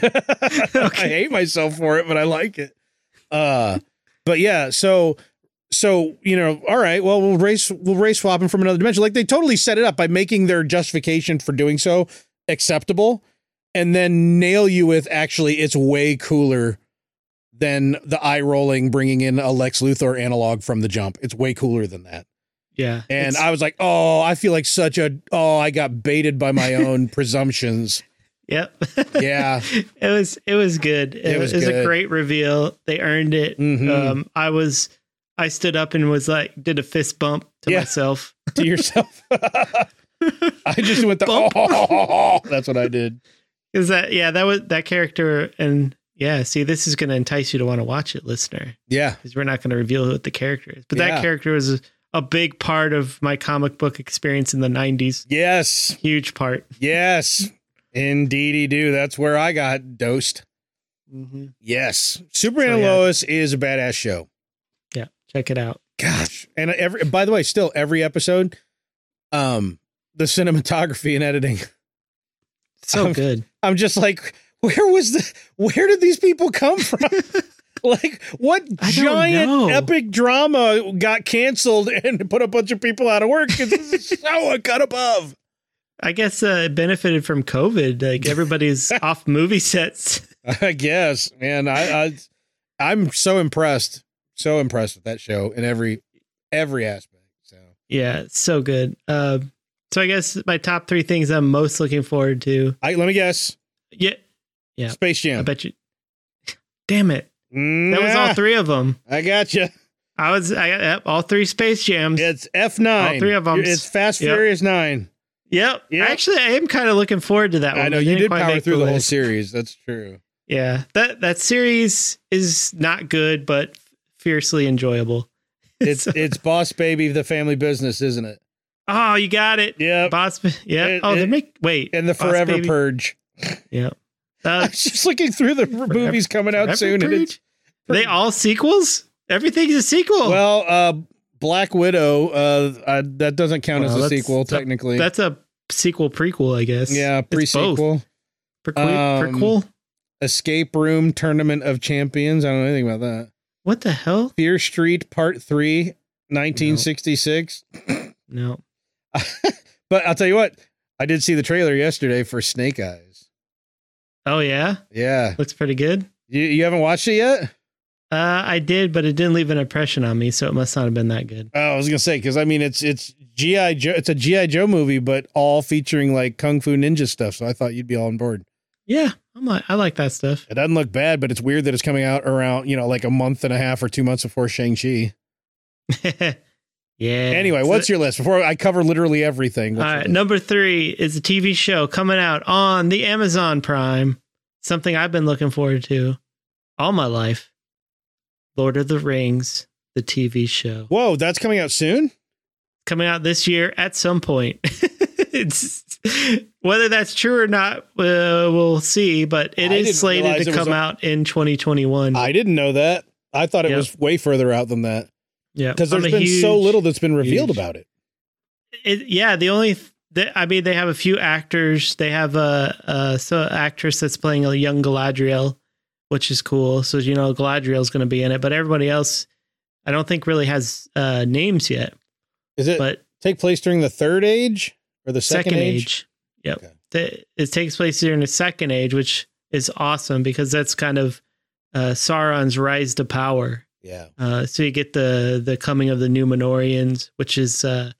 I
Okay.
hate myself for it, but I like it. Uh, but yeah, so so you know, all right, well we'll race we'll race swap him from another dimension. Like they totally set it up by making their justification for doing so acceptable, and then nail you with actually it's way cooler than the eye rolling bringing in a Lex Luthor analog from the jump. It's way cooler than that.
yeah,
And
It's-
I was like, oh, I feel like such a, oh, I got baited by my own presumptions.
yep.
Yeah.
it was it was good. It,
It was
was, it was
good.
a great reveal. They earned it.
Mhm.
Um, I was I stood up and was like did a fist bump to
Yeah.
myself.
to yourself. I just went the,
Bump.
oh, that's what I did.
Is that yeah? That was that character and yeah. See, this is going to entice you to want to watch it, listener,
Yeah.
because we're not going to reveal what the character is. But
Yeah.
that character was a, a big part of my comic book experience in the '90s.
Yes.
Huge part.
Yes. Indeedy do. That's where I got dosed.
Mm-hmm.
Yes. Superman
So,
and
yeah.
Lois is a badass show.
Yeah, check it out.
Gosh. And every, by the way, still every episode, um, the cinematography and editing.
So
I'm-
good.
I'm just like, where was the where did these people come from? like what
I don't know.
giant epic drama got canceled and put a bunch of people out of work because this is so a cut above.
I guess uh, it benefited from COVID. Like everybody's off movie sets.
I guess, man. I, I I'm so impressed. So impressed with that show in every every aspect. So
Yeah, it's so good. Uh, so I guess my top three things I'm most looking forward to.
I let me guess.
Yeah, Yeah.
Space Jam. Mm,
I bet you. Damn it! That was all three of them.
I got you.
I was I yep, all three Space Jams.
It's F nine.
All three of 'em.
It's Fast
Yep.
Furious nine.
Yep.
Yep.
Actually, I am kind of looking forward to that one.
I know
They
you
didn't
did
quite
power
make
through the whole
list.
series. That's true.
Yeah. That that series is not good, but fiercely enjoyable.
It's
So-
it's Boss Baby, the family business, isn't it?
oh, you got it.
Yep.
Boss. Yeah.
It-
oh, they
it-
make wait.
And the
Boss
Forever
Baby.
Purge.
Yeah.
I
Uh,
was just looking through the movies coming out
Forever
soon. and
Purge? Oh.
it's-
Are they all sequels? Everything's a sequel.
well, uh, Black Widow. Uh, uh, that doesn't count
Well,
as a
that's-
sequel,
that-
technically.
that's a sequel prequel, I guess.
yeah,
It's
pre
both.
sequel.
Prequel.
Um,
prequel?
Escape Room Tournament of Champions. I don't know anything about that.
What the hell?
Fear Street Part 3, 1966.
No.
But I'll tell you what, I did see the trailer yesterday for Snake Eyes.
Oh yeah,
Yeah.
looks pretty good.
You, you haven't watched it yet?
Uh, I did, but it didn't leave an impression on me, so it must not have been that good.
Oh, I was gonna say because I mean it's it's GI Joe it's a GI Joe movie, but all featuring like kung fu ninja stuff. So I thought you'd be all on board.
Yeah, I'm like, I like that stuff.
It doesn't look bad, but it's weird that it's coming out around you know like a month and a half or two months before Shang Chi.
yeah.
Anyway, what's your list? Before I cover literally everything. what's
All
your
right,
list?
number three is a TV show coming out on the Amazon Prime. Something I've been looking forward to all my life. Lord of the Rings, the TV show,
Whoa, that's coming out soon.
coming out this year at some point. it's whether that's true or not, uh, we'll see. But it
I
is
didn't
slated
realize
to
it was
come
a-
out in 2021.
I didn't know that. I thought it
Yep.
was way further out than that
yeah,
because
I'm
there's
a
been so
huge-
little that's been revealed
huge-
about it.
it, yeah, the only th- the, I mean, they have a few actors. They have a, a so actress that's playing a young Galadriel, which is cool. So you know Galadriel's going to be in it, but everybody else, I don't think really has uh, names yet.
Is it
But
take place during the Third Age or the Uh, Second, age?
yep.
Okay.
The- it takes place during the Second Age, which is awesome because that's kind of uh, Sauron's rise to power.
Yeah.
Uh, so you get the the coming of the Numenorians, which is uh,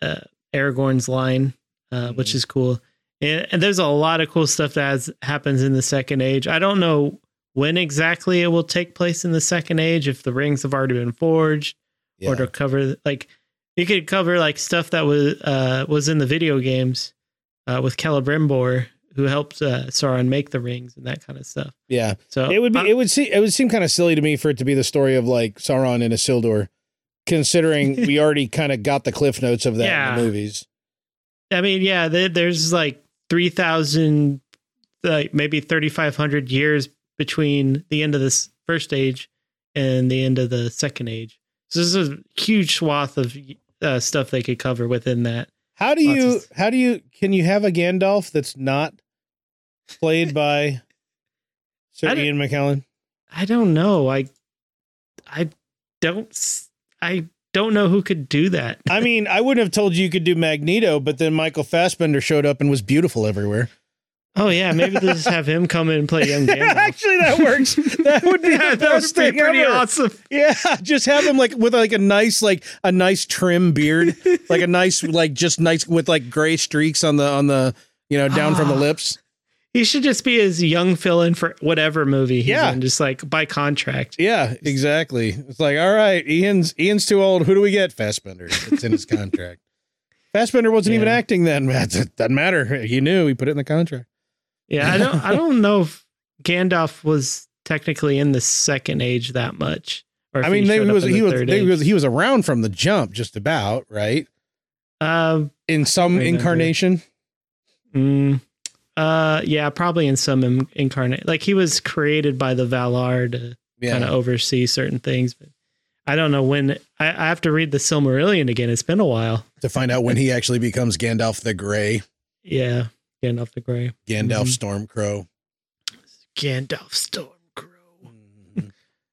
uh, Aragorn's line, uh, which
Mhm.
is cool. And, and there's a lot of cool stuff that has, happens in the Second Age. I don't know when exactly it will take place in the Second Age, if the rings have already been forged,
yeah.
or to cover like you could cover like stuff that was uh, was in the video games uh, with Celebrimbor, who helped uh, Sauron make the rings and that kind of stuff.
Yeah.
So
It would be
I'm-
it would see it would seem kind of silly to me for it to be the story of like Sauron and Isildur, considering we already kind of got the cliff notes of that in
Yeah.
the movies.
I mean, yeah, there, there's like 3,000, like maybe 3,500 years between the end of this first age and the end of the second age. So this is a huge swath of uh, stuff they could cover within that.
How do
Lots
you
of-
how do you can you have a Gandalf that's not played by Sir
I don't-
Ian McKellen?
I don't know. I, I don't, s- I don't know who could do that.
I mean, I wouldn't have told you you could do Magneto, but then Michael Fassbender showed up and was beautiful everywhere.
Oh yeah, maybe they'll just have him come in and play young Gandalf.
Actually, that works. That would be
Yeah,
the
that would
best
be
thing
pretty
ever.
awesome.
Yeah, just have him like with like a nice like a nice trim beard, like a nice like just nice with like gray streaks on the on the you know down from the
Ah.
lips.
He should just be his young fill-in for whatever movie he's
Yeah.
in, just like by contract.
Yeah, exactly. It's like all right, Ian's Ian's too old. Who do we get? Fassbender. It's in his contract. Fassbender wasn't even
Yeah.
acting then. That doesn't matter. You knew he put it in the contract.
Yeah, I don't I don't know if Gandalf was technically in the second age that much. Or if
I mean,
he
they,
showed
he
up
was
in the
he was,
third
they,
age.
was he was around from the jump, just about right
Um,
in some
Remember.
incarnation.
mm, uh, yeah, probably in some in- incarnate. Like he was created by the Valar to
Yeah,
kind of oversee certain things, but I don't know when. I, I have to read the Silmarillion again. It's been a while.
to find out when he actually becomes Gandalf the Gray,
Yeah, Gandalf the Grey,
Gandalf
Mm-hmm.
Stormcrow.
Gandalf Stormcrow.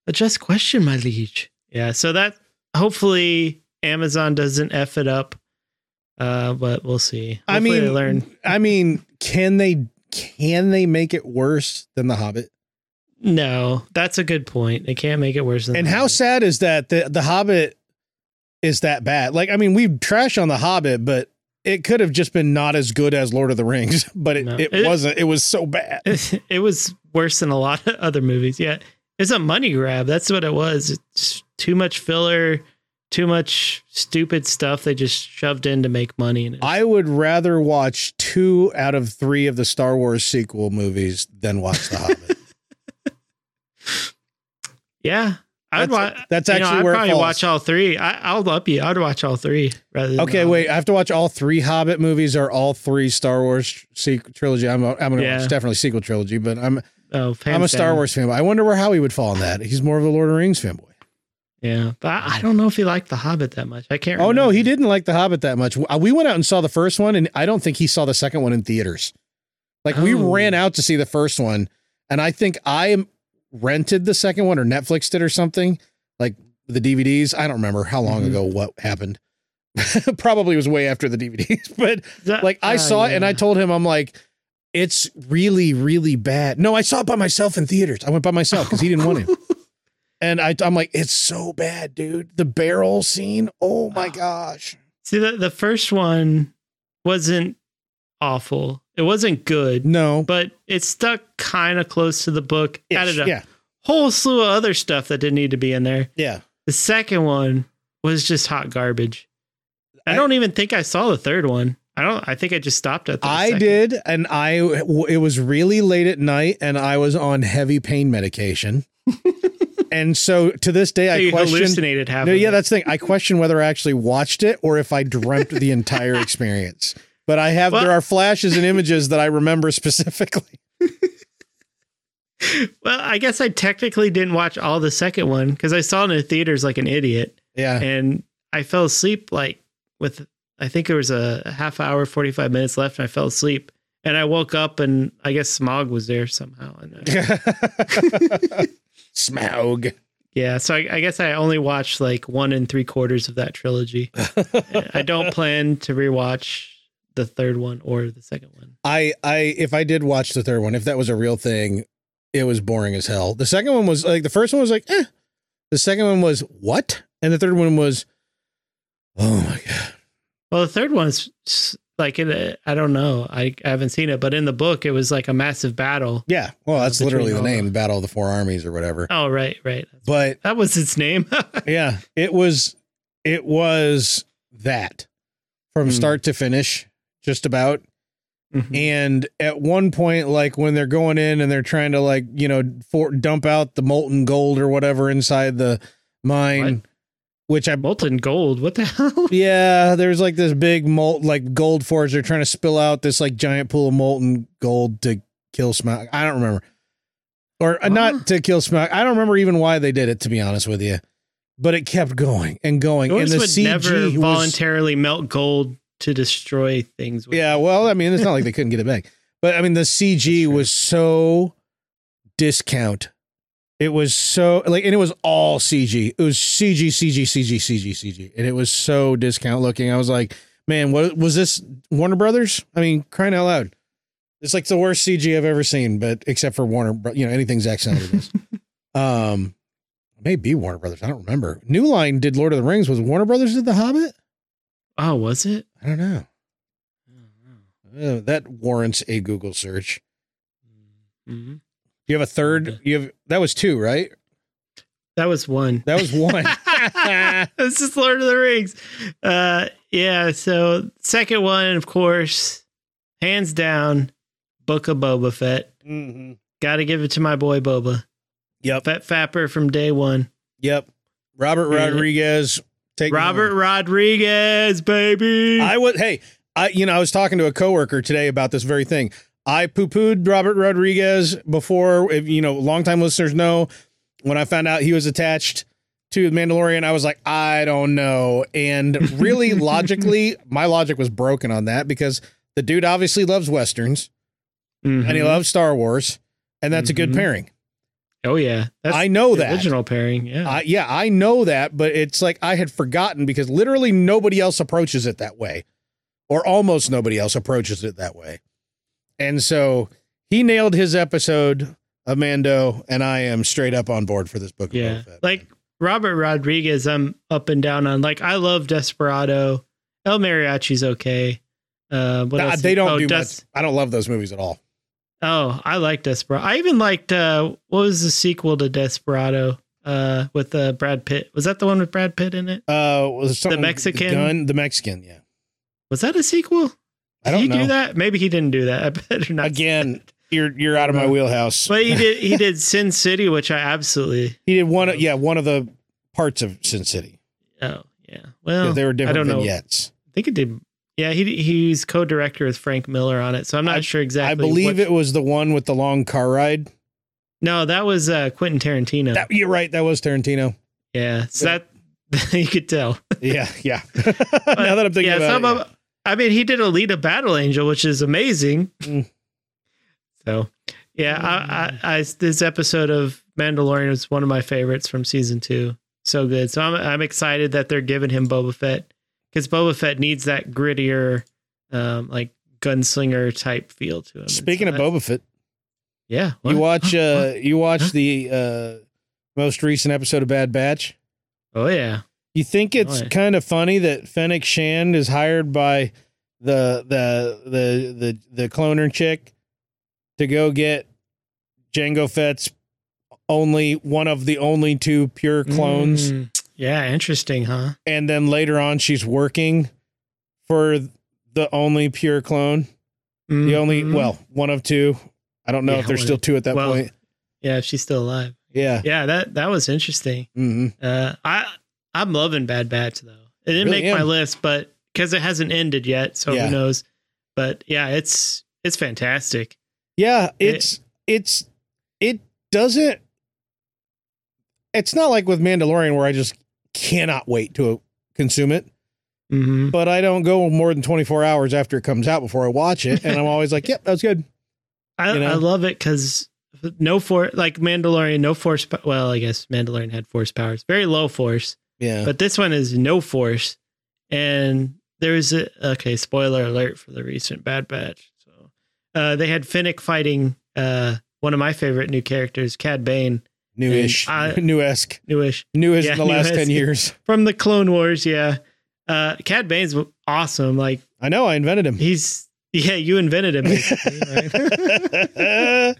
A just question, my liege. Yeah, so that hopefully Amazon doesn't f it up, uh, but we'll see.
I
Hopefully
mean,
they learn.
I mean, can they can they make it worse than The Hobbit?
No, that's a good point. They can't make it worse than.
And
that.
how sad is that the The Hobbit is that bad? Like, I mean, we trash on The Hobbit, but it could have just been not as good as Lord of the Rings, but it,
No.
it,
It-
wasn't. It was so bad.
it was worse than a lot of other movies. Yeah, It's a money grab. That's what it was. It's too much filler, too much stupid stuff they just shoved in to make money. And it
I would rather watch two out of three of the Star Wars sequel movies than watch The Hobbit.
yeah, I would
That's-
watch.
that's
you know,
actually
I'd
where it
probably
falls.
watch all three. I, I'll up you. I'd watch all three rather. Than
Okay,
the
wait. I have to watch all three Hobbit movies or all three Star Wars sequ- trilogy. I'm a, I'm gonna
Yeah.
watch definitely sequel trilogy, but I'm
Hobbit. Oh,
I'm a
hands
Star
down.
Wars fanboy. I wonder where Howie would fall on that. He's more of a Lord of the Rings fanboy.
Yeah, but I, I don't know if he liked The Hobbit that much. I can't.
Oh no,
remember.
he didn't like The Hobbit that much. W- We went out and saw the first one, and I don't think he saw the second one in theaters. Like we
Oh.
ran out to see the first one, and I think I rented the second one or Netflix did or something, like the DVDs. I don't remember how long
Mhm.
ago what happened. Probably was way after the DVDs, but
That-
like I
oh,
saw it and I
yeah.
told him I'm like, it's really really bad. No, I saw it by myself in theaters. I went by myself because he didn't want it. And I, I'm like, it's so bad, dude. The barrel scene. Oh my gosh.
See, the, the first one wasn't awful. It wasn't good,
No.
but it stuck kind of close to the book.
Ish.
Added a
yeah.
whole slew of other stuff that didn't need to be in there.
Yeah.
The second one was just hot garbage. I,
I-
don't even think I saw the third one. I don't. I think I just stopped at. The
I
second.
did. And I, it was really late at night and I was on heavy pain medication. and so to this day,
So
I
you
question.
hallucinated half.
No,
of
yeah,
it.
that's the thing. I question whether I actually watched it or if I dreamt the entire experience. But I have,
Well-
there are flashes and images that I remember specifically.
Well, I guess I technically didn't watch all the second one because I saw it in the theaters like an idiot.
Yeah.
and I fell asleep like with I think there was a a half hour, forty five minutes left, and I fell asleep. And I woke up, and I guess Smog was there somehow. And I,
Smaug.
yeah, so I, I guess I only watched like one and three quarters of that trilogy. I don't plan to rewatch the third one or the second one.
I I if I did watch the third one, if that was a real thing, it was boring as hell. The second one was like the first one was like, eh. The second one was what? And the third one was Oh my god.
Well, the third one's s- like in a, I don't know, I, I haven't seen it, but in the book, it was like a massive battle.
Yeah. Well, that's
Between
literally the
all the-
name, Battle of the Four Armies or whatever.
Oh, right, right.
But
That was its name.
yeah, it was it was that from
Mm.
start to finish, just about.
Mhm.
And at one point, like when they're going in and they're trying to like you know for, dump out the molten gold or whatever inside the mine,
What?
which I
Molten gold. What the hell?
yeah, there's like this big molt like gold forge. They're trying to spill out this like giant pool of molten gold to kill Smaug. I don't remember, or uh,
Huh?
not to kill Smaug. I don't remember even why they did it. To be honest with you, but it kept going and going. and
Yours
the
would
CG
never
was-
voluntarily melt gold to destroy things. would
Yeah,
you?
well, I mean, it's not like they couldn't get it back, but I mean, the CG
That's true.
was so discount. It was so like, and it was all CG. It was CG, CG, CG, CG, CG, and it was so discount looking. I was like, man, what was this Warner Brothers? I mean, crying out loud, it's like the worst CG I've ever seen. But except for Warner, Bro- you know, anything Zack Snyder does. um, maybe Warner Brothers. I don't remember. New Line did Lord of the Rings. Was Warner Brothers did The Hobbit?
Oh, was it?
I don't know. Uh, that warrants a Google search.
Mhm.
You have a third.
Okay.
You have that was two, right?
That was one.
That was one.
this is Lord of the Rings. Uh, yeah. So second one, of course, hands down, Book of Boba Fett.
mm-hmm.
Got to give it to my boy Boba.
Yep.
Fett Fapper from day one.
Yep. Robert
Yeah.
Rodriguez. Take me
Robert
home.
Rodriguez, baby.
I was. Hey, I. You know, I was talking to a coworker today about this very thing. I poo pooed Robert Rodriguez before. If you know, longtime listeners know when I found out he was attached to the Mandalorian, I was like, I don't know. And really, logically, my logic was broken on that because the dude obviously loves westerns.
Mhm.
and he loves Star Wars, and that's a good
Mhm.
pairing.
Oh yeah, that's
I know
the
that.
original pairing. Yeah.
I, yeah, I know that, but it's like I had forgotten because literally nobody else approaches it that way, or almost nobody else approaches it that way. And so he nailed his episode of Mando, and I am straight up on board for this book. of
Yeah.
Boba Fett,
Like
man.
Robert Rodriguez, I'm up and down on. Like I love Desperado. El Mariachi's okay. Uh, what
Nah,
else?
they don't
Oh,
do
Des-
much. I don't love those movies at all.
Oh, I like Desperado. I even liked uh what was the sequel to Desperado uh with uh Brad Pitt? Was that the one with Brad Pitt in it?
Uh, was it something with
Mexican?
The, gun? the Mexican, yeah.
Was that a sequel? Did
I don't
he
know.
do that? Maybe he didn't do that. I better not.
Again, you're you're out of my
Uh,
wheelhouse.
But he did he did Sin City, which I absolutely
He did one, of, yeah, one of the parts of Sin City.
oh yeah. Well
they were
I
different
don't know.
vignettes.
I think it did yeah, he he's co director with Frank Miller on it, so I'm not sure exactly.
I believe
what-
it was the one with the long car ride.
No, that was uh Quentin Tarantino.
That, you're right. That was Tarantino.
yeah. So that you could tell.
Yeah, yeah. now that I'm thinking about
some
it,
of- I mean, he did a lead a Battle Angel, which is amazing.
Mm.
So, yeah, I, I, I, this episode of Mandalorian was one of my favorites from season two. So good. So I'm, I'm excited that they're giving him Boba Fett because Boba Fett needs that grittier, um, like gunslinger type feel to him. And so
Speaking of
that-
Boba Fett,
yeah,
you watch uh, you
Huh?
watch the uh, most recent episode of Bad Batch.
oh yeah,
You think it's
Why?
kind of funny that Fennec Shand is hired by the the the the the cloner chick to go get Django Fett's only one of the only two pure clones,
Mm. yeah, interesting, huh?
and then later on she's working for the only pure clone, the only
Mhm.
well one of two. I don't know
Yeah,
if there's
well,
still two at that
well,
point.
yeah, if she's still alive.
Yeah.
Yeah, that that was interesting.
hmm
Uh, I I'm loving Bad Batch though. It didn't
Really
make my
am.
list, but because it hasn't ended yet, so
Yeah.
who knows? But yeah, it's it's fantastic.
Yeah,
It-
it's it's it doesn't. It's not like with Mandalorian where I just cannot wait to consume it,
Mm-hmm.
but I don't go more than twenty four hours after it comes out before I watch it, and I'm always like, "Yep, that's good."
I,
You know?
I love it because no force like Mandalorian, no force. po- Well, I guess Mandalorian had force powers, very low force,
Yeah,
but this one is no force. And there is a okay spoiler alert for the recent Bad Batch. So uh, they had Finnick fighting uh, one of my favorite new characters, Cad Bane,
newish,
I-
new esque,
newish.
newish
Yeah,
in the last
new-esque.
ten years.
from the Clone Wars. Yeah, uh, Cad Bane's awesome. Like
I know I invented him.
he's yeah, you invented him. Basically, right?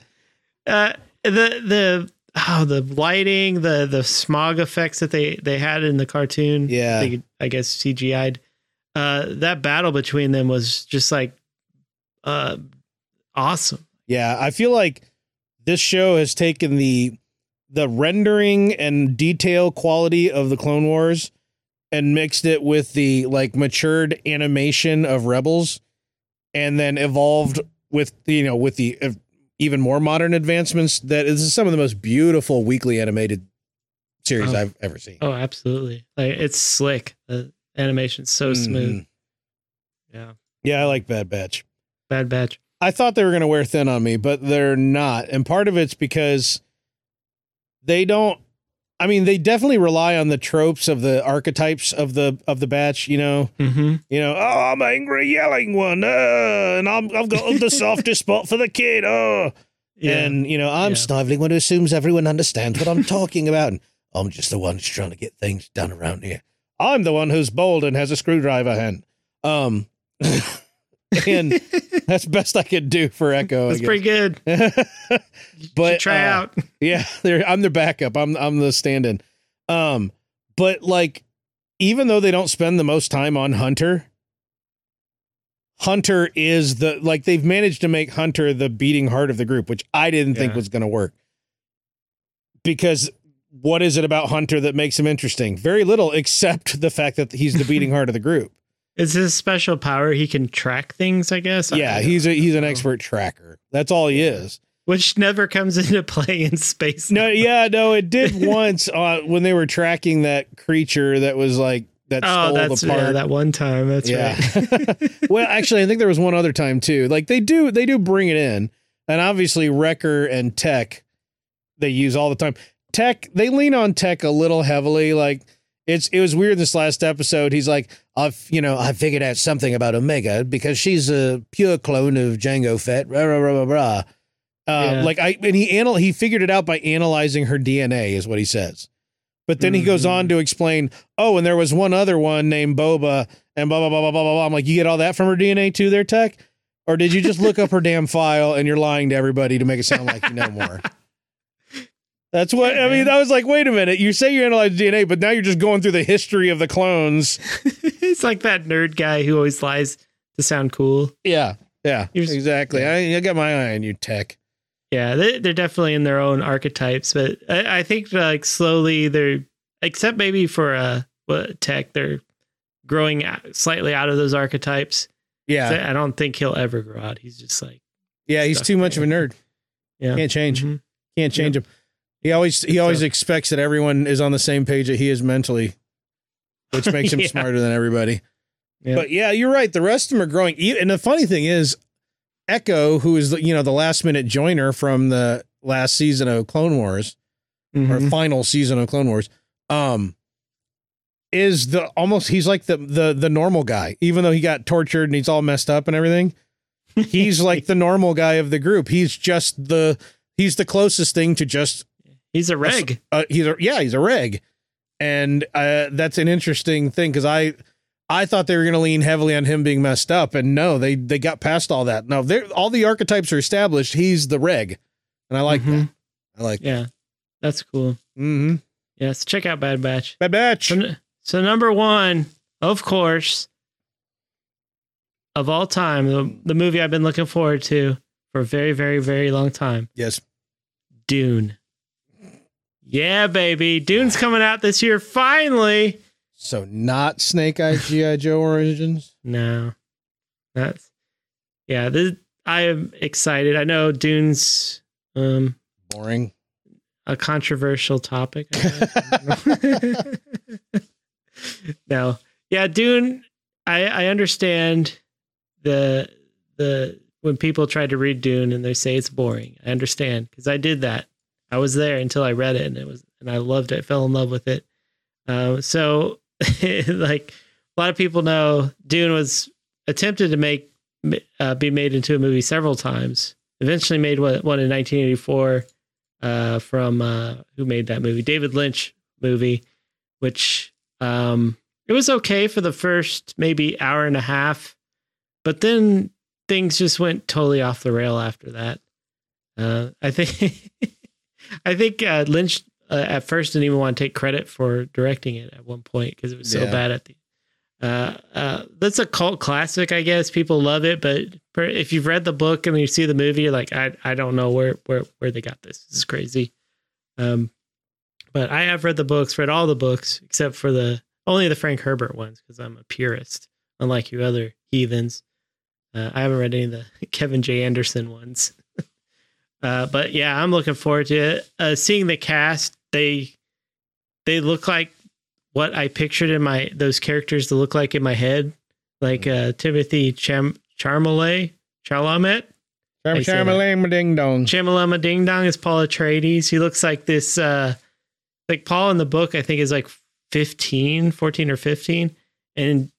uh, the the oh the lighting, the the smog effects that they they had in the cartoon.
Yeah.
they, I guess CGI'd. Uh, that battle between them was just like uh, awesome.
Yeah, I feel like this show has taken the the rendering and detail quality of the Clone Wars and mixed it with the like matured animation of Rebels and then evolved with you know with the uh, even more modern advancements that is some of the most beautiful weekly animated series
Oh.
I've ever seen.
Oh, absolutely! Like it's slick. The animation's so smooth.
Mhm.
Yeah,
Yeah, I like Bad Batch.
Bad Batch.
I thought they were going to wear thin on me, but they're not. And part of it's because they don't I mean, they definitely rely on the tropes of the archetypes of the of the batch, you know.
Mm-hmm.
You know, oh, I'm angry yelling one. Uh, and I'm I've got the softest spot for the kid. Oh. And you know, I'm
Yeah.
sniveling one who assumes everyone understands what I'm talking about. And I'm just the one who's trying to get things done around here. I'm the one who's bold and has a screwdriver hand. Um and that's best I could do for Echo. I
That's
guess.
pretty good.
but
Should try
uh,
out.
Yeah, they're, I'm their backup. I'm I'm the stand-in. Um, but like, even though they don't spend the most time on Hunter, Hunter is the like they've managed to make Hunter the beating heart of the group, which I didn't think
Yeah.
was going to work. Because what is it about Hunter that makes him interesting? Very little, except the fact that he's the beating heart of the group.
Is his special power he can track things? I guess.
Yeah,
I-
he's a, he's an
Oh.
expert tracker. That's all he is.
which never comes into play in space.
No, yeah, no, it did once uh, when they were tracking that creature that was like that
Oh,
stole
that's
the part.
yeah, that one time. That's right.
Yeah. well, actually, I think there was one other time too. Like they do, they do bring it in, and obviously, Wrecker and Tech, they use all the time. Tech, they lean on Tech a little heavily. Like it's it was weird this last episode. He's like, I've you know I figured out something about Omega because she's a pure clone of Django Fett. Blah blah blah blah. blah. Uh,
Yeah.
Like I and he anal he figured it out by analyzing her DNA is what he says. But then he goes
Mhm.
on to explain, oh, and there was one other one named Boba and blah blah blah blah blah blah. blah. I'm like, you get all that from her DNA too, there, Tech. Or did you just look up her damn file and you're lying to everybody to make it sound like you know more? That's what I mean. I was like, wait a minute. You say you analyze DNA, but now you're just going through the history of the clones.
it's like that nerd guy who always lies to sound cool.
Yeah, yeah,
You're just-
exactly. I, I got my eye on you, tech.
Yeah, they, they're definitely in their own archetypes, but I, I think like slowly they're, except maybe for uh, what tech, they're growing out, slightly out of those archetypes.
Yeah,
I don't think he'll ever grow out. He's just like
yeah. He's
stuck
too much of a nerd.
Yeah.
can't change.
Mhm.
Can't change him. He always he always
So-
expects that everyone is on the same page that he is mentally, which makes him
Yeah.
smarter than everybody.
Yeah.
But yeah, you're right. The rest of them are growing. E- And the funny thing is, Echo, who is the- you know the last minute joiner from the last season of Clone Wars, or
Mhm.
final season of Clone Wars, um, is the almost he's like the the the normal guy, even though he got tortured and he's all messed up and everything. He's like the normal guy of the group. He's just the he's the closest thing to just
he's a reg.
uh, he's a yeah he's a reg, and uh, that's an interesting thing because I I thought they were going to lean heavily on him being messed up, and no, they they got past all that. No, they all the archetypes are established. He's the reg, and I like that.
Mhm.
I like
Yeah, that's cool.
mm-hmm.
Yeah, so check out Bad Batch.
bad batch.
So, n- so number one, of course, of all time, the, the movie I've been looking forward to for a very, very, very long time,
Yes,
Dune. Yeah, baby, Dune's coming out this year finally.
so not Snake Eye GI Joe Origins.
No, that's yeah. This I am excited. I know Dune's um
Boring.
a controversial topic. I guess. no, yeah, Dune. I I understand the the when people try to read Dune and they say it's boring. I understand because I did that. I was there until I read it and it was and I loved it. Fell in love with it. Um, so like a lot of people know, Dune was attempted to make uh, be made into a movie several times. Eventually made one, one in 1984 uh, from uh, who made that movie, David Lynch movie, which um, it was okay for the first maybe hour and a half, but then things just went totally off the rail after that. Uh, I think I think uh, Lynch uh, at first didn't even want to take credit for directing it at one point because it was so
Yeah.
bad at the. Uh, uh, that's a cult classic, I guess. People love it, but per- if you've read the book and you see the movie, you're like, I, I don't know where, where, where they got this. This is crazy. Um, but I have read the books, read all the books except for the only the Frank Herbert ones because I'm a purist, unlike you other heathens. Uh, I haven't read any of the Kevin J. Anderson ones. uh, but yeah, I'm looking forward to it. Uh, seeing the cast, they they look like what I pictured in my those characters to look like in my head, like uh, Timothy Cham- Charmelet, Chalamet.
Charm,
I say
charm,
that.
lame, ding dong.
Chamalama Ding Dong is Paul Atreides. He looks like this, uh, like Paul in the book, I think is like 15, 14 or 15. And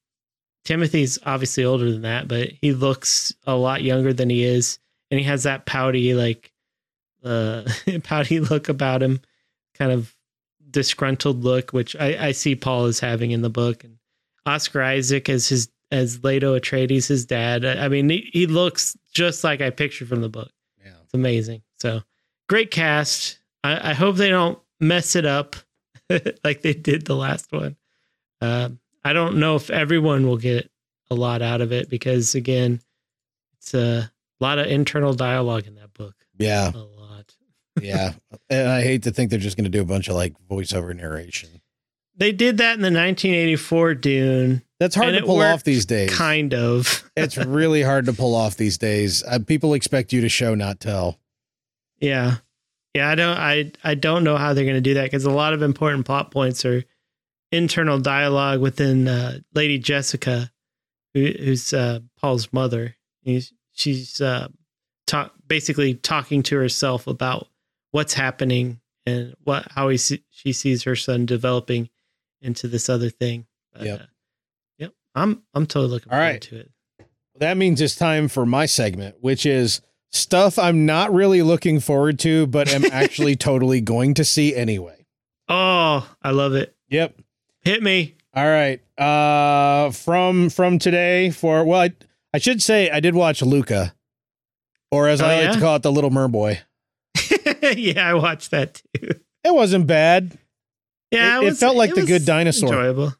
Timothy's obviously older than that, but he looks a lot younger than he is. And he has that pouty, like, uh, pouty look about him, kind of disgruntled look, which I, I see Paul is having in the book. And Oscar Isaac as his, as Leto Atreides, his dad. I I mean, he, he looks just like I pictured from the book.
Yeah.
It's amazing. So great cast. I, I hope they don't mess it up like they did the last one. Um, I don't know if everyone will get a lot out of it because again, it's a lot of internal dialogue in that book.
Yeah,
A lot.
yeah, and I hate to think they're just going to do a bunch of like voiceover narration.
They did that in the 1984 Dune,
That's hard
And
to
it
pull off
worked
these days.
kind of.
it's really hard to pull off these days. Uh, people expect you to show, not tell.
Yeah. Yeah, I don't I I don't know how they're going to do that cuz a lot of important plot points are internal dialogue within uh, Lady Jessica who, who's uh, Paul's mother. He's, she's uh talk, basically talking to herself about what's happening and what how he se- she sees her son developing into this other thing. But,
Yep.
uh, yep. I'm I'm totally looking
All
forward
right.
to it.
That means it's time for my segment, which is stuff I'm not really looking forward to, but am actually totally going to see anyway.
Oh, I love it.
Yep.
Hit me.
All right. Uh, from from today for well, I, I should say I did watch Luca, or as
Oh,
I like
yeah?
to call it, the Little Merboy.
yeah, I watched that too.
It wasn't bad.
Yeah,
It- it felt like The
was
Good Dinosaur.
Enjoyable.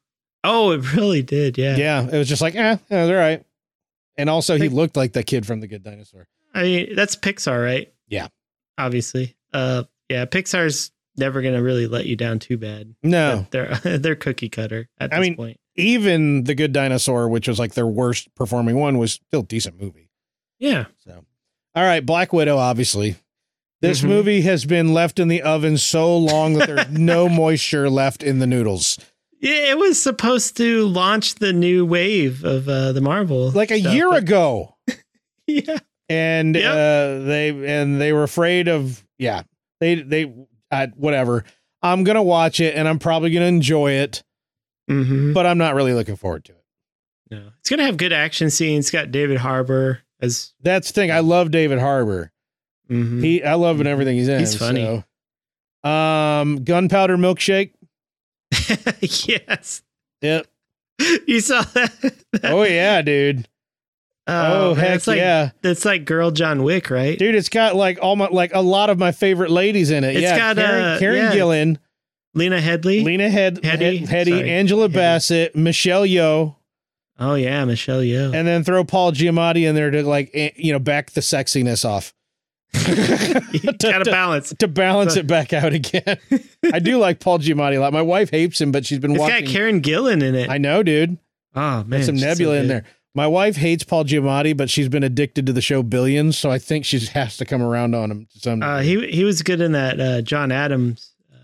Oh, it really did. Yeah.
Yeah. it was just like, eh, yeah, all right. And also, he
Like-
looked like the kid from The Good Dinosaur.
I mean, that's Pixar, right?
Yeah.
Obviously. Uh, yeah, Pixar's never gonna really let you down too bad.
No,
They're they're cookie cutter at
I
this
mean-
point.
even The Good Dinosaur, which was like their worst performing one, was still a decent movie.
Yeah.
So, all right, Black Widow, obviously. This
Mhm.
movie has been left in the oven so long that there's no moisture left in the noodles.
Yeah, it was supposed to launch the new wave of uh, the Marvel.
Like a
stuff,
year
but-
ago.
Yeah.
And
Yep.
uh, they and they were afraid of yeah. They they uh, whatever. I'm going to watch it and I'm probably going to enjoy it,
Mm-hmm.
but I'm not really looking forward to it.
No. It's gonna have good action scenes. It's got David Harbour as
That's the
Mm-hmm.
thing. I love David Harbour.
Mhm.
He I love him in everything he's in.
He's funny.
so. Um Gunpowder Milkshake.
yes.
Yep.
You saw that? Uh,
Oh yeah, dude. Oh,
man,
heck
it's like,
yeah.
That's like girl John Wick, right?
dude. It's got like all my like a lot of my favorite ladies in it.
It's
yeah,
got,
Karen,
uh,
Karen
yeah.
Gillan,
Lena Headley.
Lena Head,
Headey,
Head, Heady,
sorry.
Angela
Headey.
Bassett, Michelle Yeoh,
oh yeah, Michelle Yeoh.
and then throw Paul Giamatti in there to like eh, you know back the sexiness off
you gotta balance.
to balance
So-
it back out again. I do like Paul Giamatti a lot. My wife hates him, but she's been
It's
watching.
got Karen Gillan in it.
I know, dude.
oh man,
There's some
she's so
Nebula in
good.
there. My wife hates Paul Giamatti, but she's been addicted to the show Billions, so I think she has to come around on him. To some
Uh, he he was good in that uh, John Adams uh,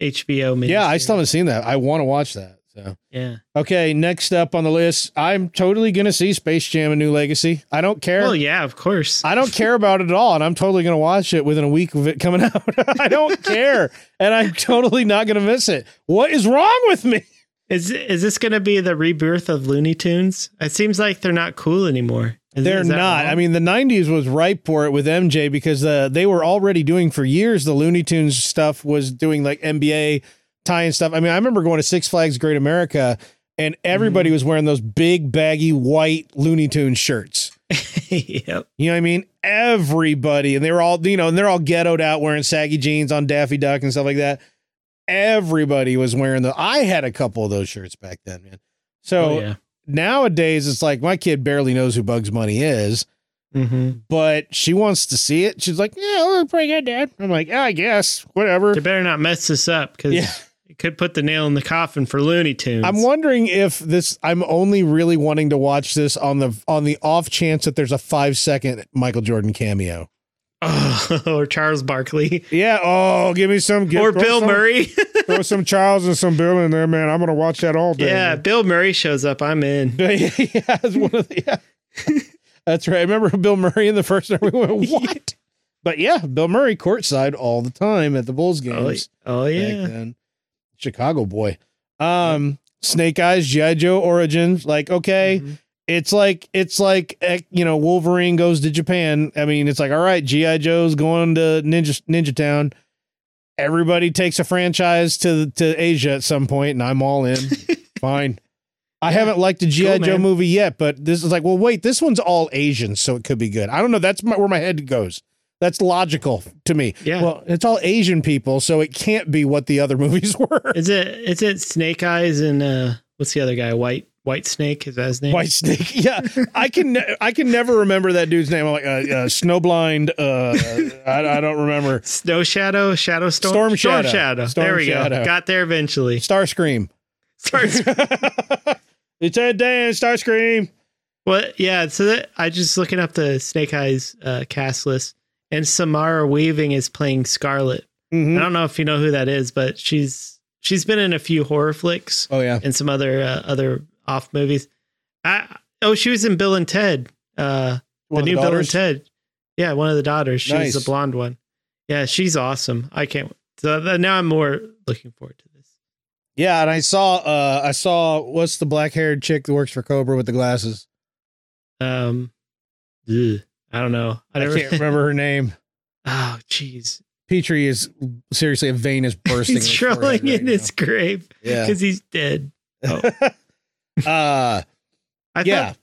HBO. Miniseries.
yeah, I still haven't seen that. I want to watch that. So.
Yeah.
Okay, next up on the list, I'm totally gonna see Space Jam: A New Legacy. I don't care.
Oh yeah, of course.
I don't care about it at all, and I'm totally gonna watch it within a week of it coming out. I don't care, and I'm totally not gonna miss it. What is wrong with me?
Is is this gonna be the rebirth of Looney Tunes? It seems like they're not cool anymore. Is-
They're
is that
not.
wrong?
I mean, the '90s was ripe for it with MJ because uh, they were already doing for years the Looney Tunes stuff was doing like NBA tie-in stuff. I mean, I remember going to Six Flags Great America, and everybody
Mm-hmm.
was wearing those big baggy white Looney Tunes shirts.
yep.
You know what I mean? Everybody, and they were all, you know, and they're all ghettoed out wearing saggy jeans on Daffy Duck and stuff like that. Everybody was wearing the. I had a couple of those shirts back then, man. So
oh yeah.
nowadays, it's like my kid barely knows who Bugs Bunny is,
Mm-hmm.
but she wants to see it. She's like, "Yeah, it looked pretty good, Dad." I'm like, "Yeah, I guess, whatever."
They better not mess this up because
Yeah.
it could put the nail in the coffin for Looney Tunes.
I'm wondering if this. I'm only really wanting to watch this on the on the off chance that there's a five second Michael Jordan cameo.
Oh, or Charles Barkley
Yeah. Oh, give me some. give-
or
throw
Bill
some-
Murray.
throw some Charles and some Bill in there, man. I'm gonna watch that all day.
yeah, Bill Murray shows up. I'm in.
yeah, that's one of the. Yeah. that's right. I remember Bill Murray in the first time we went what? but yeah, Bill Murray courtside all the time at the Bulls
Oh,
games.
oh
Back
yeah.
then. Chicago boy. Um, Snake Eyes, GI Joe Origins. Like okay.
Mhm.
It's like it's like eh, you know Wolverine goes to Japan. I mean, it's like all right, GI Joe's going to Ninja Ninja Town. Everybody takes a franchise to to Asia at some point, and I'm all in. Fine. I haven't liked a GI
Cool,
Joe
man.
movie yet, but this is like, well, wait, this one's all Asian, so it could be good. I don't know. That's my, where my head goes. That's logical to me.
Yeah.
Well, it's all Asian people, so it can't be what the other movies were.
Is it is it Snake Eyes and uh what's the other guy? White White Snake is that his name?
White Snake. Yeah, I can ne- I can never remember that dude's name. I'm like uh, uh, Snowblind. Uh, I, I don't remember.
Snow Shadow, Shadow Storm,
Storm Shadow.
Shadow.
Storm
there we
Shadow.
go. Got there eventually.
Starscream.
Starts,
it's a Dan Starscream.
well, yeah. So that, I just looking up the Snake Eyes uh, cast list, and Samara Weaving is playing Scarlet.
Mhm.
I don't know if you know who that is, but she's she's been in a few horror flicks
Oh yeah.
and some other uh, other off movies. I oh, she was in Bill and Ted. Uh,
One of
the new Bill and
daughters.
Ted. Yeah, one of the daughters. She's
Nice.
the blonde one. Yeah, she's awesome. I can't. So th- now I'm more looking forward to this.
Yeah, and I saw uh I saw what's the black haired chick that works for Cobra with the glasses.
Um, ugh, I don't know. I,
I
never,
can't remember her name.
Oh, jeez.
Petrie is seriously a vein is bursting.
He's trolling in his grave
Yeah.
because he's dead.
uh
I
yeah.
thought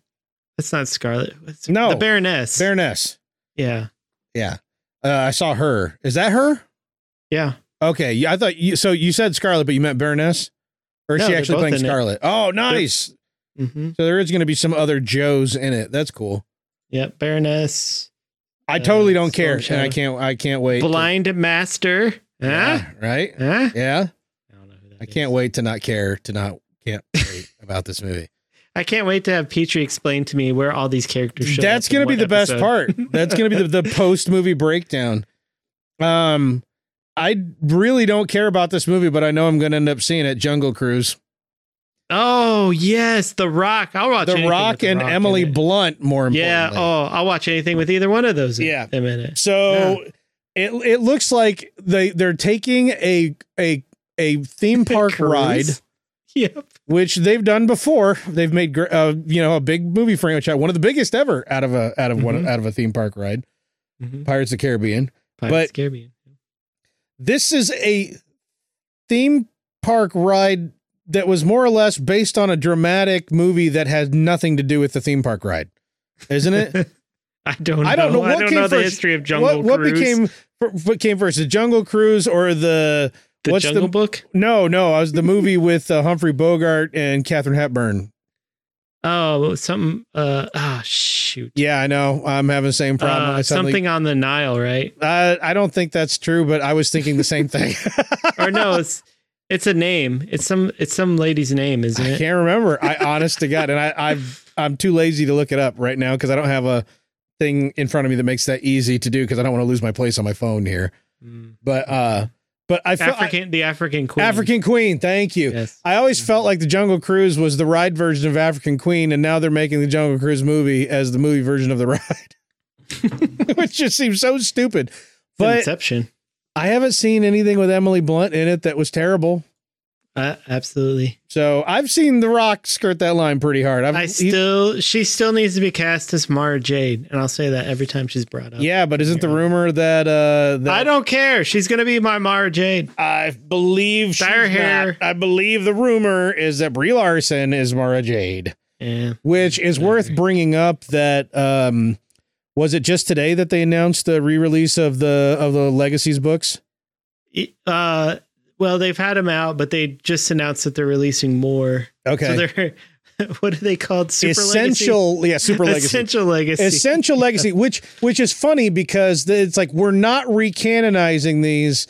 That's not Scarlet. It's
No.
the Baroness.
Baroness.
yeah,
Yeah. Uh, I saw her. Is that her?
yeah.
Okay. yeah, I thought you, so you said Scarlet, but you meant Baroness? Or is
No,
she
they're
actually
both
playing
in it.
Scarlet? Oh, nice.
hmm
So there is going to be some other Joes in it. That's cool.
Yeah, Baroness.
I
Uh,
totally don't
Storm
care, and I
Shadow.
can't. I can't wait. to-
Blind Master. Huh?
yeah, right?
Huh?
Yeah,
I don't know who that
I can't
is.
wait to not care to not can't wait about this movie.
I can't wait to have Petrie explain to me where all these characters show
That's
up in
gonna be
what
the best
episode.
part. That's gonna be the, the post movie breakdown. Um, I really don't care about this movie, but I know I'm gonna end up seeing it. Jungle Cruise,
Oh yes, The Rock. I'll watch
The
anything with
Rock,
The
and
Rock in
Emily
it.
Blunt. More importantly,
Yeah. Oh, I'll watch anything with either one of those.
Yeah.
In a minute.
So it it looks like they they're taking a a a theme park
Cruise.
ride.
Yep.
which they've done before. They've made gr- uh, you know a big movie franchise, one of the biggest ever out of a out of one
Mhm.
out of a theme park ride,
Mm-hmm.
Pirates of the Caribbean. But-
Caribbean.
This is a theme park ride that was more or less based on a dramatic movie that has nothing to do with the theme park ride, isn't it?
I don't. Know.
I don't know what
I don't
came
know the
first.
history of Jungle
what what
Cruise.
became what came first, the Jungle Cruise or the
the
what's
Jungle
the-
Book?
no no? I was the movie with uh, Humphrey Bogart and Katherine Hepburn.
Oh, something. Uh, ah, shoot.
Yeah, I know. I'm having the same problem.
Uh,
I suddenly-
something on the Nile, right?
Uh, I don't think that's true, but I was thinking the same thing.
Or no, it's it's a name. It's some it's some lady's name, isn't
I
it?
can't remember. I honest to God, and I, I've I'm too lazy to look it up right now because I don't have a thing in front of me that makes that easy to do because I don't want to lose my place on my phone here.
Mm.
But uh, but I felt
African, the African
I-
queen.
African Queen. Thank you.
Yes.
I always felt like the Jungle Cruise was the ride version of African Queen, and now they're making the Jungle Cruise movie as the movie version of the ride, which just seems so stupid. But
Inception.
I haven't seen anything with Emily Blunt in it that was terrible.
Uh, absolutely.
So I've seen The Rock skirt that line pretty hard. I've,
I
he-
still, she still needs to be cast as Mara Jade, and I'll say that every time she's brought up.
yeah, but isn't the rumor that uh that
I don't care. She's gonna be my Mara Jade.
I believe she's
Dye her hair.
not- I believe the rumor is that Brie Larson is Mara Jade,
Yeah.
which is
I
worth
agree.
bringing up. That um was it just today that they announced the re-release of the of the Legacies books?
Uh, well, they've had them out, but they just announced that they're releasing more.
Okay,
So they're what are they called? Super
essential, yeah, Super
Legacy?
Legacy.
Essential legacy.
Essential Legacy, which which is funny because the- it's like we're not recanonizing these,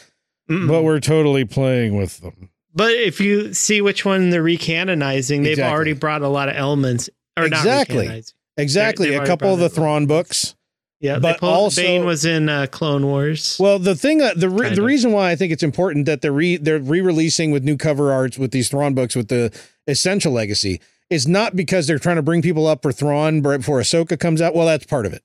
Mm-mm.
but we're totally playing with them.
But if you see which one they're recanonizing, they've
Exactly.
already brought a lot of elements. Or
Exactly.
Not recanonizing.
Exactly,
They've
a
already
couple of
brought
the
it up.
Thrawn books.
Yeah,
But
but pulled,
also-
Bane was in uh, Clone Wars.
Well, the thing, uh, the re-
Kind
the
of.
reason why I think it's important that they're re- they're re-releasing with new cover arts with these Thrawn books with the Essential Legacy is not because they're trying to bring people up for Thrawn right before Ahsoka comes out. Well, that's part of it,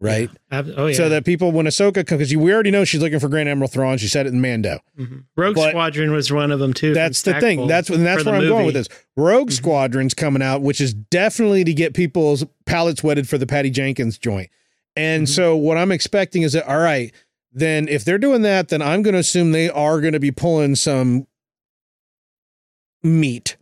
right?
Ab- oh yeah.
So that people when Ahsoka comes, because we already know she's looking for Grand Admiral Thrawn. She said it in Mando.
Mhm. Rogue
but-
Squadron was one of them too.
That's
from
the thing.
Stackpole.
That's and that's
for the
where I'm going with
movie.
this. Rogue
Mhm.
Squadron's coming out, which is definitely to get people's palates wetted for the Patty Jenkins joint. And
Mhm.
so what I'm expecting is that all right, then if they're doing that, then I'm going to assume they are going to be pulling some meat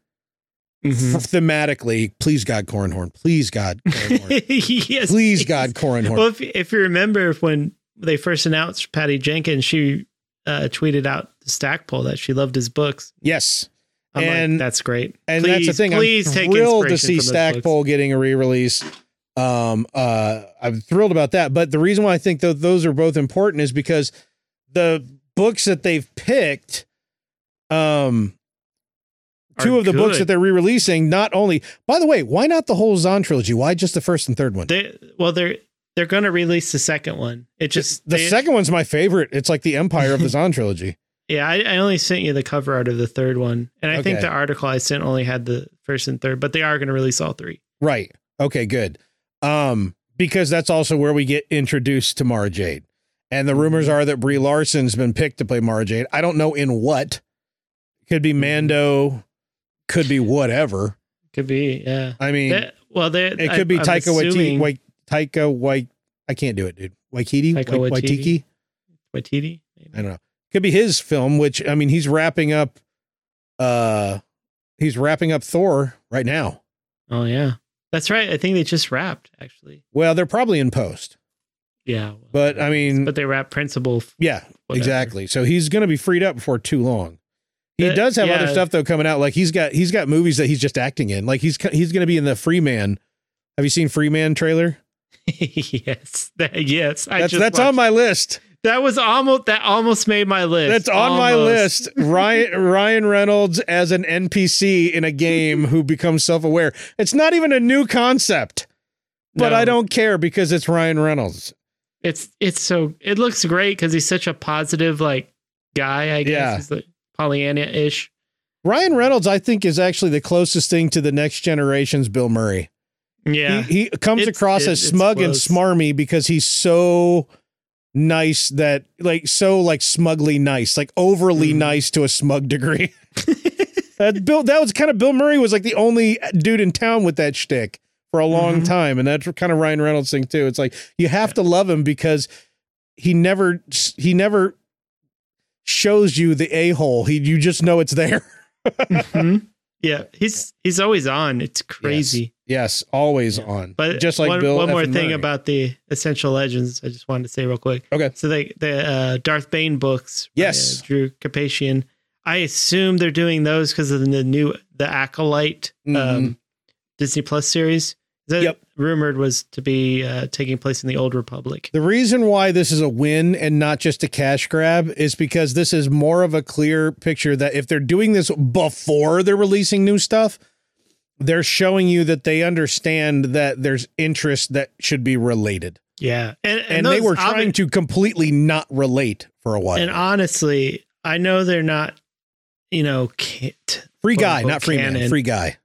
Mhm.
f- thematically. Please God, Cornhorn. Please God, Cornhorn.
yes.
Please God, Cornhorn.
Well, if, if you remember when they first announced Patty Jenkins, she uh, tweeted out to Stackpole that she loved his books.
yes.
I'm
And-
like, that's great.
And that's the
Please-
thing.
Please
I'm
take
thrilled to
inspiration
see
from those
Stackpole getting a re-release. Um, uh, I'm thrilled about that. But the reason why I think that those are both important is because the books that they've picked, um,
Are
two of the books
good.
that they're re-releasing. Not only, by the way, why not the whole Zon trilogy? Why just the first and third one?
They, well, they're they're going to release the second one. It just
the
they-
second one's my favorite. It's like the Empire of the Zon trilogy.
Yeah, I, I only sent you the cover art of the third one, and I think
Okay.
the article I sent only had the first and third, but they are going to release all three.
Right. Okay, good. Um, because that's also where we get introduced to Mara Jade. And the rumors
Mm-hmm.
are that Brie Larson's been picked to play Mara Jade. I don't know in what. Could be
Mm-hmm.
Mando, could be whatever.
Could be, yeah.
I mean,
They- well, they
it could be Taika Waititi. Wait, Taika Wait, I can't do it, dude. Waititi?
Taika
Wai- Waititi?
Waititi? Waititi. maybe?
I don't know. Could be his film, which I mean, he's wrapping up. Uh, he's wrapping up Thor right now.
Oh yeah, That's right. I think they just wrapped actually.
Well, they're probably in post,
Yeah. well,
but I mean,
but they wrapped principal. f-
yeah,
whatever.
exactly. So he's going to be freed up before too long. He
The-
does have other
Uh, yeah.
stuff though coming out. Like he's got he's got movies that he's just acting in. Like he's co- he's going to be in the Free Man. Have you seen Free Man trailer?
yes. That, yes. I
That's
just
that's on
watched-
my list.
That was almost that almost made my list.
That's on my
Almost.
list. Ryan Ryan Reynolds as an NPC in a game who becomes self-aware. It's not even a new concept, but
No.
I don't care because it's Ryan Reynolds.
It's it's so it looks great because he's such a positive like guy. I guess
Yeah.
he's like Pollyanna ish.
Ryan Reynolds, I think, is actually the closest thing to the next generation's Bill Murray.
Yeah.
He, he comes
It's-
across
it-
as
it's
smug and
close.
smarmy because he's so nice that like so like smugly nice, like overly
Mhm.
nice to a smug degree. that Bill that was kind of Bill Murray was like the only dude in town with that shtick for a long
Mhm.
time. And that's kind of Ryan Reynolds thing too. It's like you have to love him because he never he never shows you the a-hole. He you just know it's there.
Mhm. Yeah. He's he's always on. It's crazy.
Yes, always
Yeah.
on.
But
just like
one,
Bill.
one
F.
more thing
Murray.
about the Essential Legends, I just wanted to say real quick.
Okay.
So they the uh, Darth Bane books. by,
Yes.
uh, Drew Capacian. I assume they're doing those because of the new the Acolyte
Mhm.
um, Disney Plus series. That
Yep.
rumored was to be uh, taking place in the Old Republic.
The reason why this is a win and not just a cash grab is because this is more of a clear picture that if they're doing this before they're releasing new stuff, they're showing you that they understand that there's interest that should be related.
Yeah, and
And, they
those
were trying
obvi-
to completely not relate for a while.
And honestly, I know they're not. You know, can't,
free
quote,
guy,
unquote,
not free man,
canon.
free guy.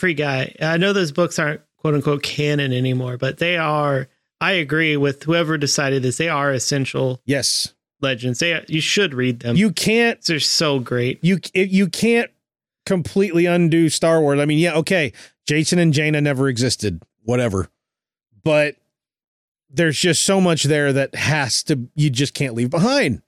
free guy. I know those books aren't quote unquote canon anymore, but they are. I agree with whoever decided this. They are essential
Yes.
legends. They you should read them.
You can't
They're so great.
you it, you can't completely undo Star Wars. I mean, yeah, okay, Jason and Jaina never existed, whatever, but there's just so much there that has to you just can't leave behind.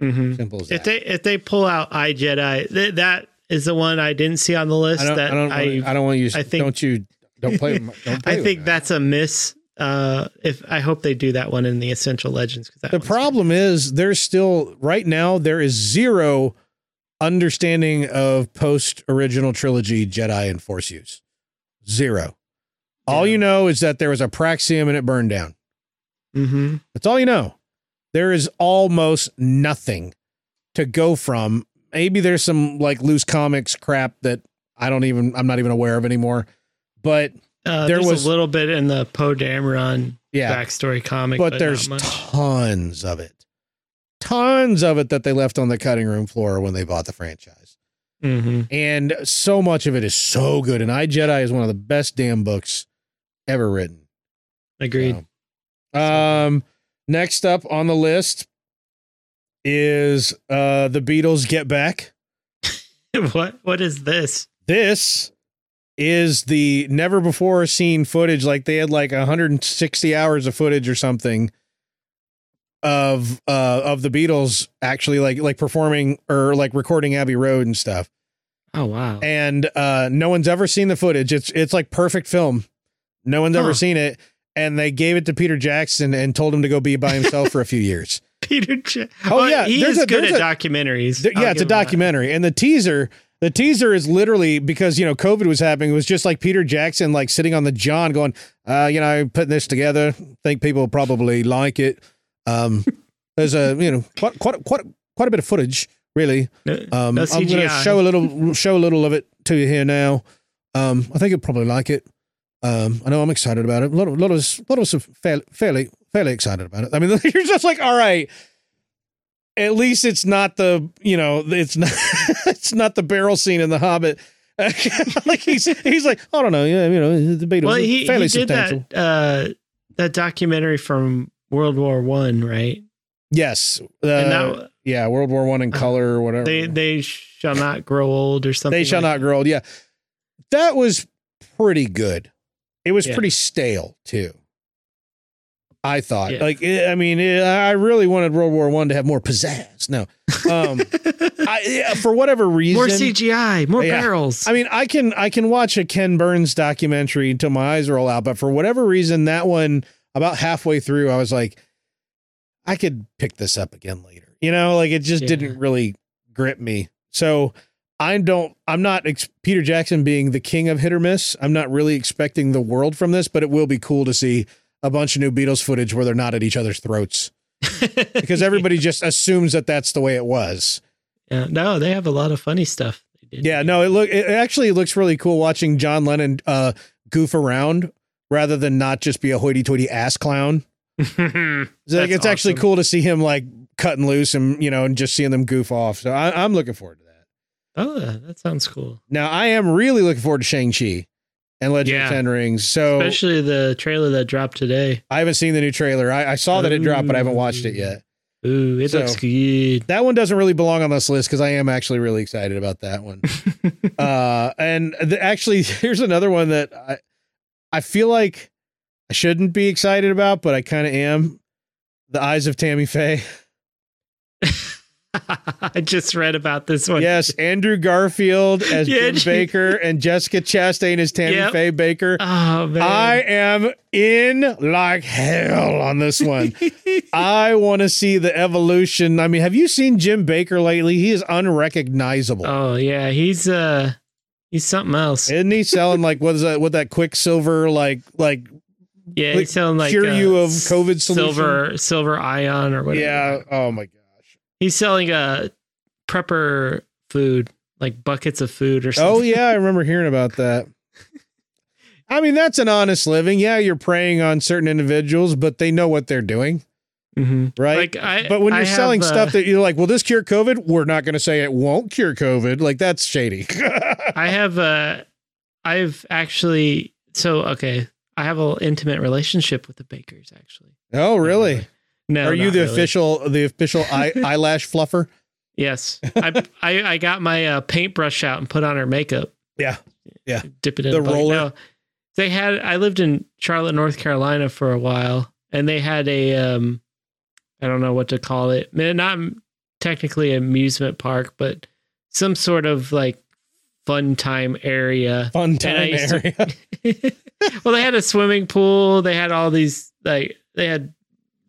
Mhm.
Simple as that.
If they if they pull out I Jedi, th- that is the one I didn't see on the list.
I don't,
that
I don't,
I
wanna- I don't want you.
I think-
don't you don't play. with my- Don't play
I
with
think
me.
that's a miss. Uh, if I hope they do that one in the Essential Legends because
the problem is there's still right now there is zero understanding of post original trilogy Jedi and Force use. Zero. All
Yeah.
you know is that there was a praxium and it burned down.
hmm
That's all you know. There is almost nothing to go from. Maybe there's some like loose comics crap that I don't even I'm not even aware of anymore. But
Uh,
There
there was
was-
a little bit in the Poe Dameron
yeah,
backstory comic,
but,
but,
there's
not much.
tons of it. Tons of it that they left on the cutting room floor when they bought the franchise. mm-hmm.
Mhm.
And so much of it is so good and I Jedi is one of the best damn books ever written.
Agreed.
So. Um, next up on the list is uh the Beatles Get Back.
what what is this?
This is the never before seen footage. Like they had like 160 hours of footage or something of uh of the Beatles actually like like performing or like recording Abbey Road and stuff.
Oh wow.
and uh, no one's ever seen the footage. It's it's like perfect film. No one's ever
Huh.
seen it, and they gave it to Peter Jackson and told him to go be by himself for a few years.
Peter. J-
Oh, yeah,
he
there's
is
a-
good
there's
at documentaries.
Th-
I'll
yeah, it's a
give him that.
documentary, and the teaser. The teaser is literally because you know COVID was happening. It was just like Peter Jackson, like sitting on the John, going, uh, you know, putting this together. Think people probably like it. Um, there's a you know quite quite quite quite a bit of footage really.
No-
Um,
no
I'm going to
CGI.
show a little show a little of it to you here now. Um, I think you'll probably like it. Um, I know I'm excited about it. A lot of lot of us- lot of us are fairly fairly fairly excited about it. I mean, you're just like, all right. At least it's not the you know it's not it's not the barrel scene in The Hobbit. like he's he's like I don't know yeah you know the Beatles
Well,
are
he,
fairly
he did
substantial.
that uh, that documentary from World War One, right?
Yes, uh,
And now
yeah, World War One in
Uh,
color or whatever.
they they shall not grow old or something.
They shall
like
not grow old. Yeah, that was pretty good. It was
Yeah.
pretty stale too. I thought,
Yeah.
like, eh, I mean, eh, I really wanted World War One to have more pizzazz. No, Um, I, yeah, for whatever reason,
more CGI, more
Yeah.
barrels.
I mean, I can I can watch a Ken Burns documentary until my eyes roll out, but for whatever reason, that one about halfway through, I was like, I could pick this up again later. You know, like it just
Yeah.
didn't really grip me. So I don't. I'm not ex- Peter Jackson being the king of hit or miss. I'm not really expecting the world from this, but it will be cool to see a bunch of new Beatles footage where they're not at each other's throats because everybody just assumes that that's the way it was.
yeah, no, they have a lot of funny stuff. They did.
Yeah, no, it look it actually looks really cool watching John Lennon uh goof around rather than not just be a hoity-toity ass clown. It's like
That's
it's actually
awesome.
cool to see him like cutting loose and you know and just seeing them goof off. So I, I'm looking forward to that.
oh, that sounds cool.
Now I am really looking forward to Shang Chi and Legend
Yeah.
of Ten Rings. So
Especially the trailer that dropped today.
I haven't seen the new trailer. I, I saw that it dropped, but I haven't watched it
Ooh.
yet.
Ooh, it
So-
looks good.
That one doesn't really belong on this list because I am actually really excited about that one. uh, and the, actually, here's another one that I, I feel like I shouldn't be excited about, but I kind of am. The Eyes of Tammy Faye.
I just read about this one.
Yes, Andrew Garfield as
Oh, Yeah,
Jim
gee.
Baker and Jessica Chastain as Tammy
Yep.
Faye Baker.
Oh man.
I am in like hell on this one. I want to see the evolution. I mean, have you seen Jim Baker lately? He is unrecognizable.
oh yeah, he's uh he's something else.
Isn't he selling like what is that? What that quicksilver like like
yeah,
like,
he's selling like
cure
uh,
you of
s-
COVID
silver silver ion or whatever.
Yeah. Oh my gosh.
He's selling uh prepper food, like buckets of food or
Oh
something.
yeah, I remember hearing about that. I mean, that's an honest living. Yeah, you're preying on certain individuals, but they know what they're doing,
hmm
right?
Like I
but when
I
you're
have,
selling
uh,
stuff that you're like, "Will this cure COVID?" We're not going to say it won't cure COVID. Like that's shady.
I have uh I've actually so okay. I have an intimate relationship with the bakers actually.
oh, really?
No.
Are you
not
the
really.
official the official eye, eyelash fluffer?
Yes. I I, I got my uh, paintbrush out and put on her makeup.
Yeah. Yeah.
Dip it in
The
a bucket.
roller.
No. they had. I lived in Charlotte, North Carolina, for a while, and they had a um, I don't know what to call it. Man, Not technically amusement park, but some sort of like fun time area.
Fun
I
time
used to-
area.
well, they had a swimming pool. They had all these like they had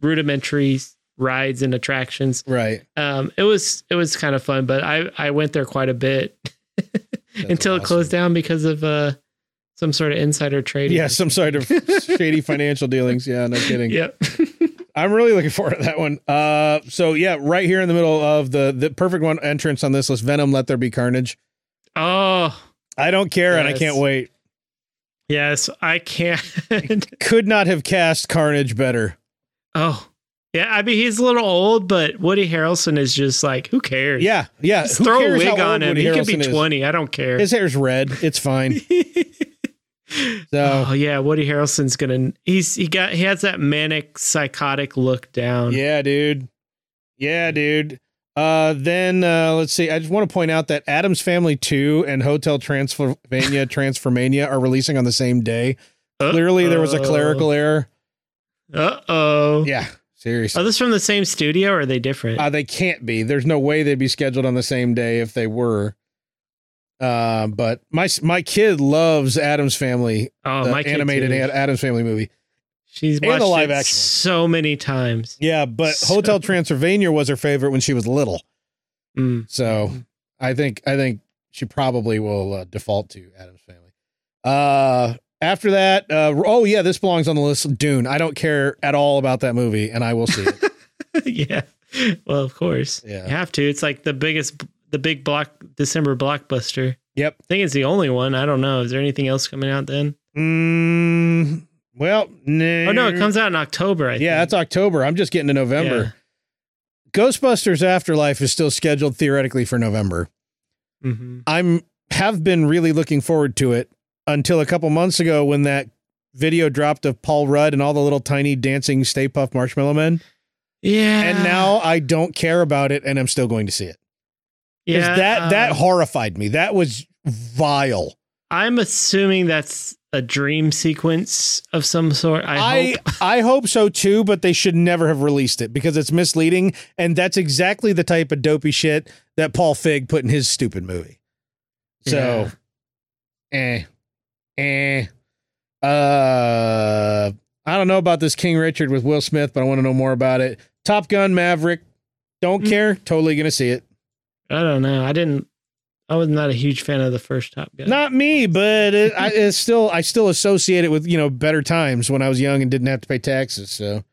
rudimentary rides and attractions
right.
um, it was it was kind of fun, but I I went there quite a bit until it
awesome.
closed down because of uh some sort of insider trading.
Yeah, some sort of shady financial dealings. Yeah, no kidding.
Yep.
I'm really looking forward to that one. Uh, so yeah, right here in the middle of the the perfect one entrance on this list, Venom, Let There Be Carnage.
Oh
I don't care, and I
Yes.
can't wait.
yes, I can't.
Could not have cast Carnage better.
oh yeah, I mean he's a little old, but Woody Harrelson is just like who cares?
Yeah, yeah.
Just
Who
throw a
cares how
wig on
old
him.
Woody
he could be
Harrelson is?
twenty. I don't care.
His hair's red. It's fine. So
oh yeah, Woody Harrelson's gonna. He's he got he has that manic psychotic look down.
yeah, dude. Yeah, dude. Uh, then uh, let's see. I just want to point out that Adam's Family Two and Hotel Transylvania Transformania are releasing on the same day. Clearly, there was a clerical error.
Uh oh.
Yeah, seriously.
Are this from the same studio or are they different?
Uh, they can't be. There's no way they'd be scheduled on the same day if they were. Uh, but my my kid loves Adam's Family,
oh,
the
my kid
animated
too.
Ad- Adam's Family movie.
She's
and the
watched
live
it
action.
so many times.
Yeah, but
So-
Hotel Transylvania was her favorite when she was little.
Mm.
So I think I think she probably will uh, default to Adam's Family. Uh, after that, uh, oh yeah, this belongs on the list. Dune. I don't care at all about that movie, and I will see it.
yeah. Well, of course.
Yeah.
You have to. It's like the biggest, the big block December blockbuster.
yep.
I think it's the only one. I don't know. Is there anything else coming out then?
Mm, well, no.
Oh no, it comes out in October. I
Yeah,
think.
that's October. I'm just getting to November. Ghostbusters Afterlife is still scheduled theoretically for November.
Yeah. Mhm.
I'm have been really looking forward to it until a couple months ago when that video dropped of Paul Rudd and all the little tiny dancing Stay Puff Marshmallow Men.
Yeah.
And now I don't care about it and I'm still going to see it. 'Cause that that
uh,
horrified me. That was vile.
I'm assuming that's a dream sequence of some sort. I,
I
hope.
I hope so too, but they should never have released it because it's misleading, and that's exactly the type of dopey shit that Paul Fig put in his stupid movie. So, eh, eh, uh, I don't know about this King Richard with Will Smith, but I want to know more about it. Top Gun Maverick, don't
Mm.
care, totally gonna see it.
I don't know. I didn't. I was not a huge fan of the first Top Gun.
Not me, but it, I it's still I still associate it with you know better times when I was young and didn't have to pay taxes. So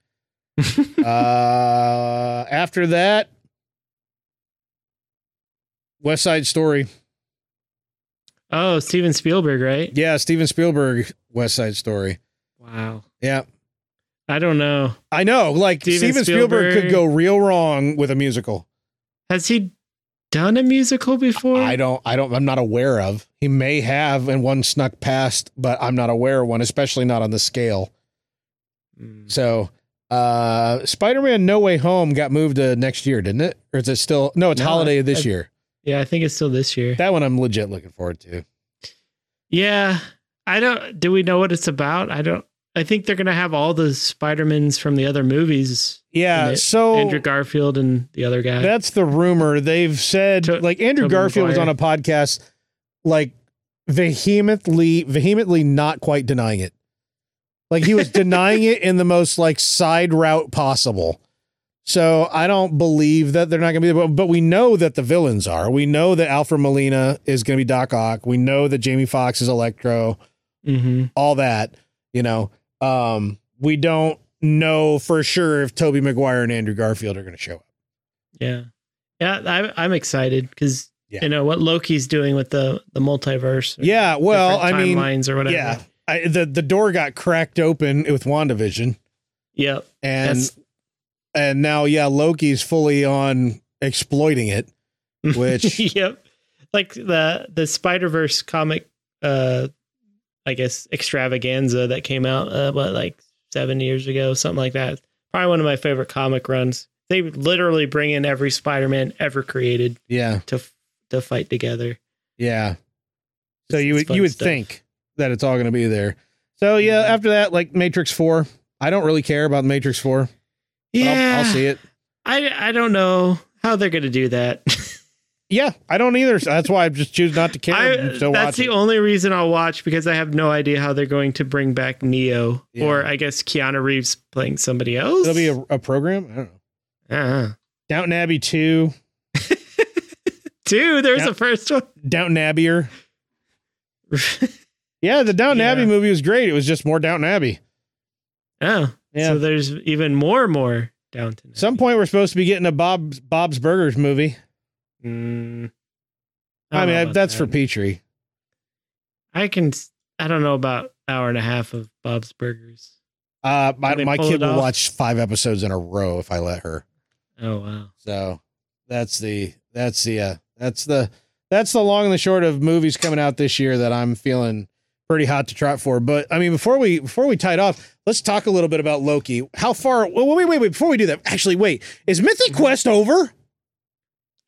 uh, after that, West Side Story.
Oh, Steven Spielberg, right?
Yeah, Steven Spielberg, West Side Story.
Wow.
Yeah,
I don't know.
I know. Like Steven,
Steven
Spielberg. could
Spielberg.
go real wrong with a musical.
Has he done a musical before?
I don't. I don't. I'm not aware of. He may have, and one snuck past, but I'm not aware of one, especially not on the scale.
Mm.
So, uh, Spider-Man: No Way Home got moved to next year, didn't it? Or is it still? No, it's
No,
holiday this
I-
year.
Yeah, I think it's still this year.
That one I'm legit looking forward to.
Yeah. I don't do we know what it's about? I don't I think they're gonna have all the Spider-Mans from the other movies.
Yeah.
And it-
So
Andrew Garfield and the other guy.
that's the rumor. They've said
To-
like Andrew
Tobey
Garfield was on
Maguire.
a podcast, like vehemently, vehemently not quite denying it. Like he was denying it in the most like side route possible. So I don't believe that they're not going to be, but, but we know that the villains are. We know that Alfred Molina is going to be Doc Ock. We know that Jamie Foxx is Electro.
hmm
All that, you know. Um, we don't know for sure if Toby Maguire and Andrew Garfield are going to show up.
Yeah. Yeah, I I'm excited because
Yeah.
you know what Loki's doing with the the multiverse. or
Yeah, well, I
different
mean,
timelines or whatever.
Yeah. I, the the door got cracked open with WandaVision
Yep.
and
That's
and now yeah, Loki's fully on exploiting it, which
yep. Like the the Spider Verse comic, uh, I guess extravaganza that came out uh, what like seven years ago, something like that. Probably one of my favorite comic runs. They literally bring in every Spider Man ever created
yeah,
to f- to fight together.
yeah. So you
It's
would
fun
you would
stuff.
think that it's all going to be there. So yeah,
Mhm.
after that like Matrix 4, I don't really care about Matrix 4. but I'll-
Yeah,
I'll, see it.
I I don't know how they're gonna do that.
Yeah, I don't either. So that's why I just choose not to care.
I,
and still
that's
watch
the
it.
only reason I'll watch because I have no idea how they're going to bring back Neo
Yeah.
or I guess Keanu Reeves playing somebody else.
It'll be a, a program. I don't know.
Uh-huh.
Downton Abbey 2,
Dude, there's
Yeah.
a first one.
Downton Abbeyer. Yeah, the Downton
Yeah.
Abbey movie was great. It was just more Downton Abbey.
oh,
Yeah.
so there's even more more Downton.
Some point we're supposed to be getting a Bob's Bob's Burgers movie.
Mm,
I,
don't
mean,
know
I,
about
that's for
that.
Petrie.
I can. s- I don't know about hour and a half of Bob's Burgers.
Uh, my,
they
my
pull
kid
it
will
off?
watch five episodes in a row if I let her.
Oh wow.
So that's the that's the uh, that's the that's the long and the short of movies coming out this year that I'm feeling pretty hot to trot for. But I mean, before we before we tie it off, let's talk a little bit about Loki. How far? Well, wait, wait, wait. Before we do that, actually, wait. Is Mythic
Mm-hmm.
Quest over?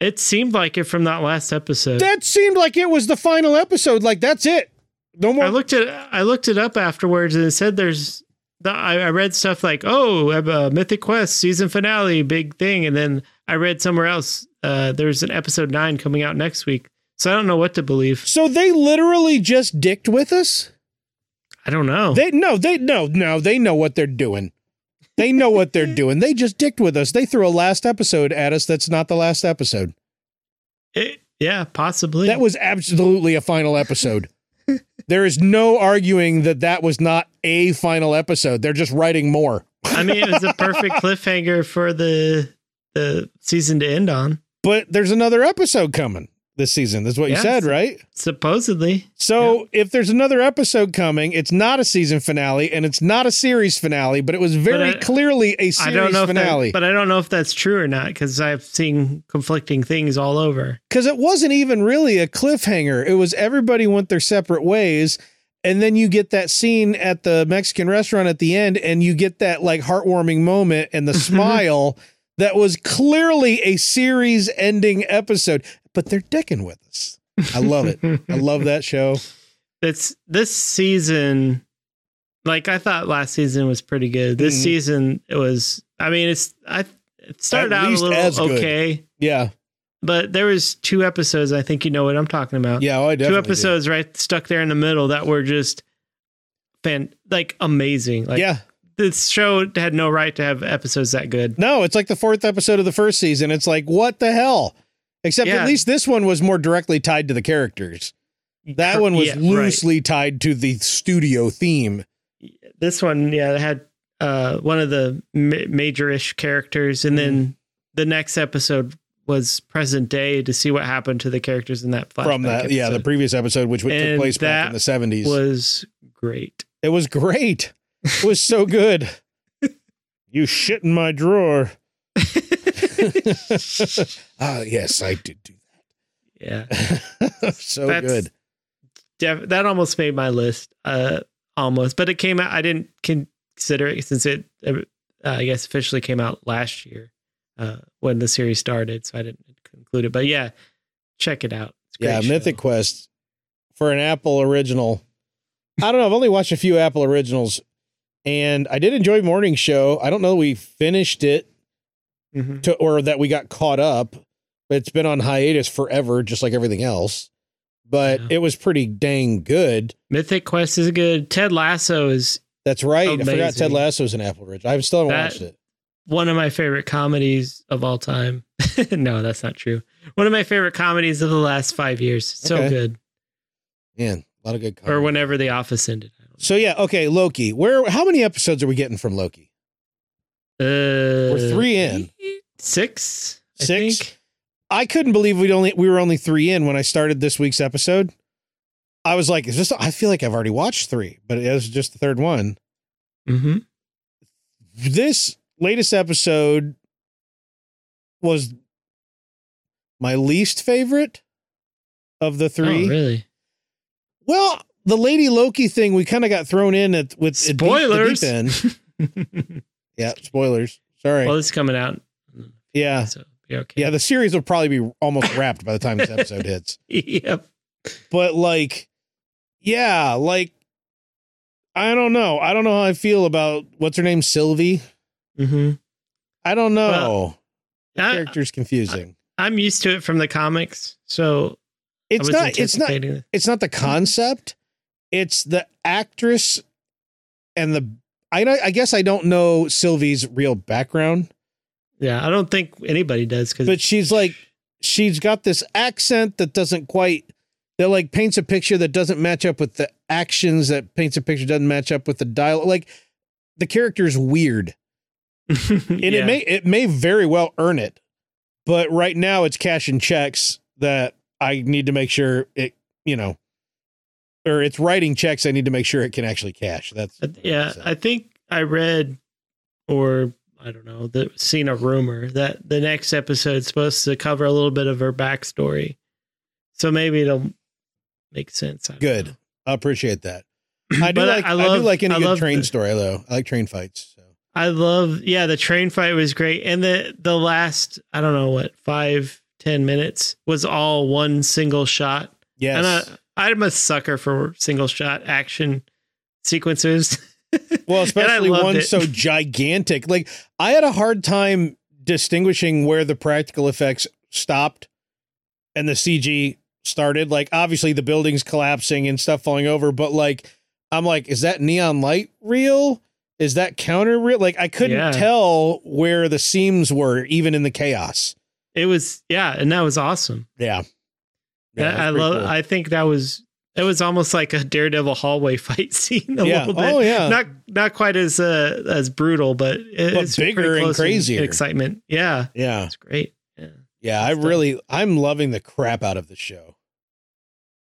It seemed like it from that last episode.
That seemed like it was the final episode. Like that's it. No more.
I looked at. I looked it up afterwards, and it said there's. The, I, I read stuff like, oh, uh, Mythic Quest season finale, big thing, and then I read somewhere else uh, there's an episode nine coming out next week. So I don't know what to believe.
So they literally just dicked with us?
I don't know.
They no, they no, no, they know what they're doing. They know what they're doing. They just dicked with us. They threw a last episode at us that's not the last episode.
It- yeah, possibly.
That was absolutely a final episode. there is no arguing that that was not a final episode. They're just writing more.
I mean, it was a perfect cliffhanger for the the season to end on,
But there's another episode coming this season. That's what you
Yeah.
said, right?
supposedly.
So if there's another episode coming, it's not a season finale and it's not a series finale, but it was very
I-
clearly a series
I don't know, if
finale.
that, but I don't know if that's true or not because I've seen conflicting things all over.
because it wasn't even really a cliffhanger. It was everybody went their separate ways. And then you get that scene at the Mexican restaurant at the end, and you get that like heartwarming moment and the smile that was clearly a series ending episode, but they're dicking with us. I love it. I love that show.
that's this season like I thought last season was pretty good. This
Mhm.
season it was I mean it's I it started
At
out a
least as
little
good.
okay,
Yeah.
but there was two episodes I think you know what I'm talking about.
Yeah. Oh, I
two
definitely did.
episodes right stuck there in the middle that were just fan like amazing. Like
yeah.
this show had no right to have episodes that good.
No, it's like the fourth episode of the first season. It's like, what the hell? Except
Yeah.
at least this one was more directly tied to the characters. That
Cor-
one was
yeah, right.
loosely tied to the studio theme.
This one yeah it had uh one of the ma- major-ish characters and
Mm-hmm.
then the next episode was present day to see what happened to the characters in that flashback
from that yeah the
episode.
previous episode which w- took
And
place back in
that
the 70s
was great.
it was great it was so good you shit in my drawer ah yes i did do
yeah.
that so
That's-
good
Def- that almost made my list. Uh almost, but it came out I didn't consider it since it uh, I guess officially came out last year uh when the series started, so I didn't conclude it. But yeah, check it out. It's a
yeah
great show.
mythic quest for an apple original i don't know i've only watched a few apple originals and i did enjoy morning show i don't know that we finished it
Mhm.
to, or that we got caught up. It's been on hiatus forever, just like everything else. But
Yeah.
it was pretty dang good.
Mythic Quest is good. Ted Lasso is
That's right. I forgot Ted
Amazing.
Lasso's in Apple Ridge. I still haven't
That-
watched it.
one of my favorite comedies of all time. no, that's not true. One of my favorite comedies of the last five years. So
Okay.
good.
Man, a lot of good.
Or
comedy.
whenever The Office ended. I don't
So yeah, okay, Loki. Where? How many episodes are we getting from Loki?
know. Uh,
We're three in.
Six. I
Six?
think.
I couldn't believe we would only we were only three in when I started this week's episode. I was like, is this? I feel like I've already watched three, but it was just the third one.
Mm-hmm.
this latest episode was my least favorite of the three.
Oh, really?
Well, the Lady Loki thing we kind of got thrown in at with at deep- the
Spoilers.
deep end. Yeah, spoilers. Sorry.
well, this is coming out.
yeah.
So be okay.
Yeah, the series will probably be almost wrapped by the time this episode hits.
yep.
But like yeah, like I don't know. I don't know how I feel about what's her name, Sylvie.
Mm-hmm.
I don't know. the
I,
character's confusing.
I'm used to it from the comics, so I
it's
was
not it's not
anticipating it.
it's not the concept it's the actress and the I, don't- I guess i don't know sylvie's real background
Yeah, I don't think anybody does because.
but she's like she's got this accent that doesn't quite that like paints a picture that doesn't match up with the actions that paints a picture doesn't match up with the dialogue like the character's weird and it may it may very well earn it but right now it's cash and checks that i need to make sure it you know or it's writing checks i need to make sure it can actually cash that's
Uh, Yeah, I think I read or I don't know, that seen a rumor that the next episode's supposed to cover a little bit of her backstory. So maybe it'll make sense. I don't
Good.
know.
i appreciate that i do
But I-
like
I
I,
love-
do like any
I
good
love
train
the-
story though i like train fights so
I love yeah, the train fight was great. And the the last, I don't know what, five, ten minutes was all one single shot.
yes
And I I'm a sucker for single shot action sequences.
well
And I
especially
loved
one
it.
so gigantic like i had a hard time distinguishing where the practical effects stopped and the cg started like obviously the buildings collapsing and stuff falling over but like i'm like is that neon light real is that counter real like i couldn't
Yeah.
tell where the seams were even in the chaos
It was yeah, and that was awesome.
yeah,
That- I love. I think that was that was almost like a Daredevil hallway fight scene a
yeah
little bit.
oh yeah
Not not quite as uh, as brutal, but it-
But
it's
bigger
pretty
and
close in-
crazier.
in excitement. Yeah,
yeah
it's great. Yeah.
yeah i
It's done.
really i'm loving the crap out of the show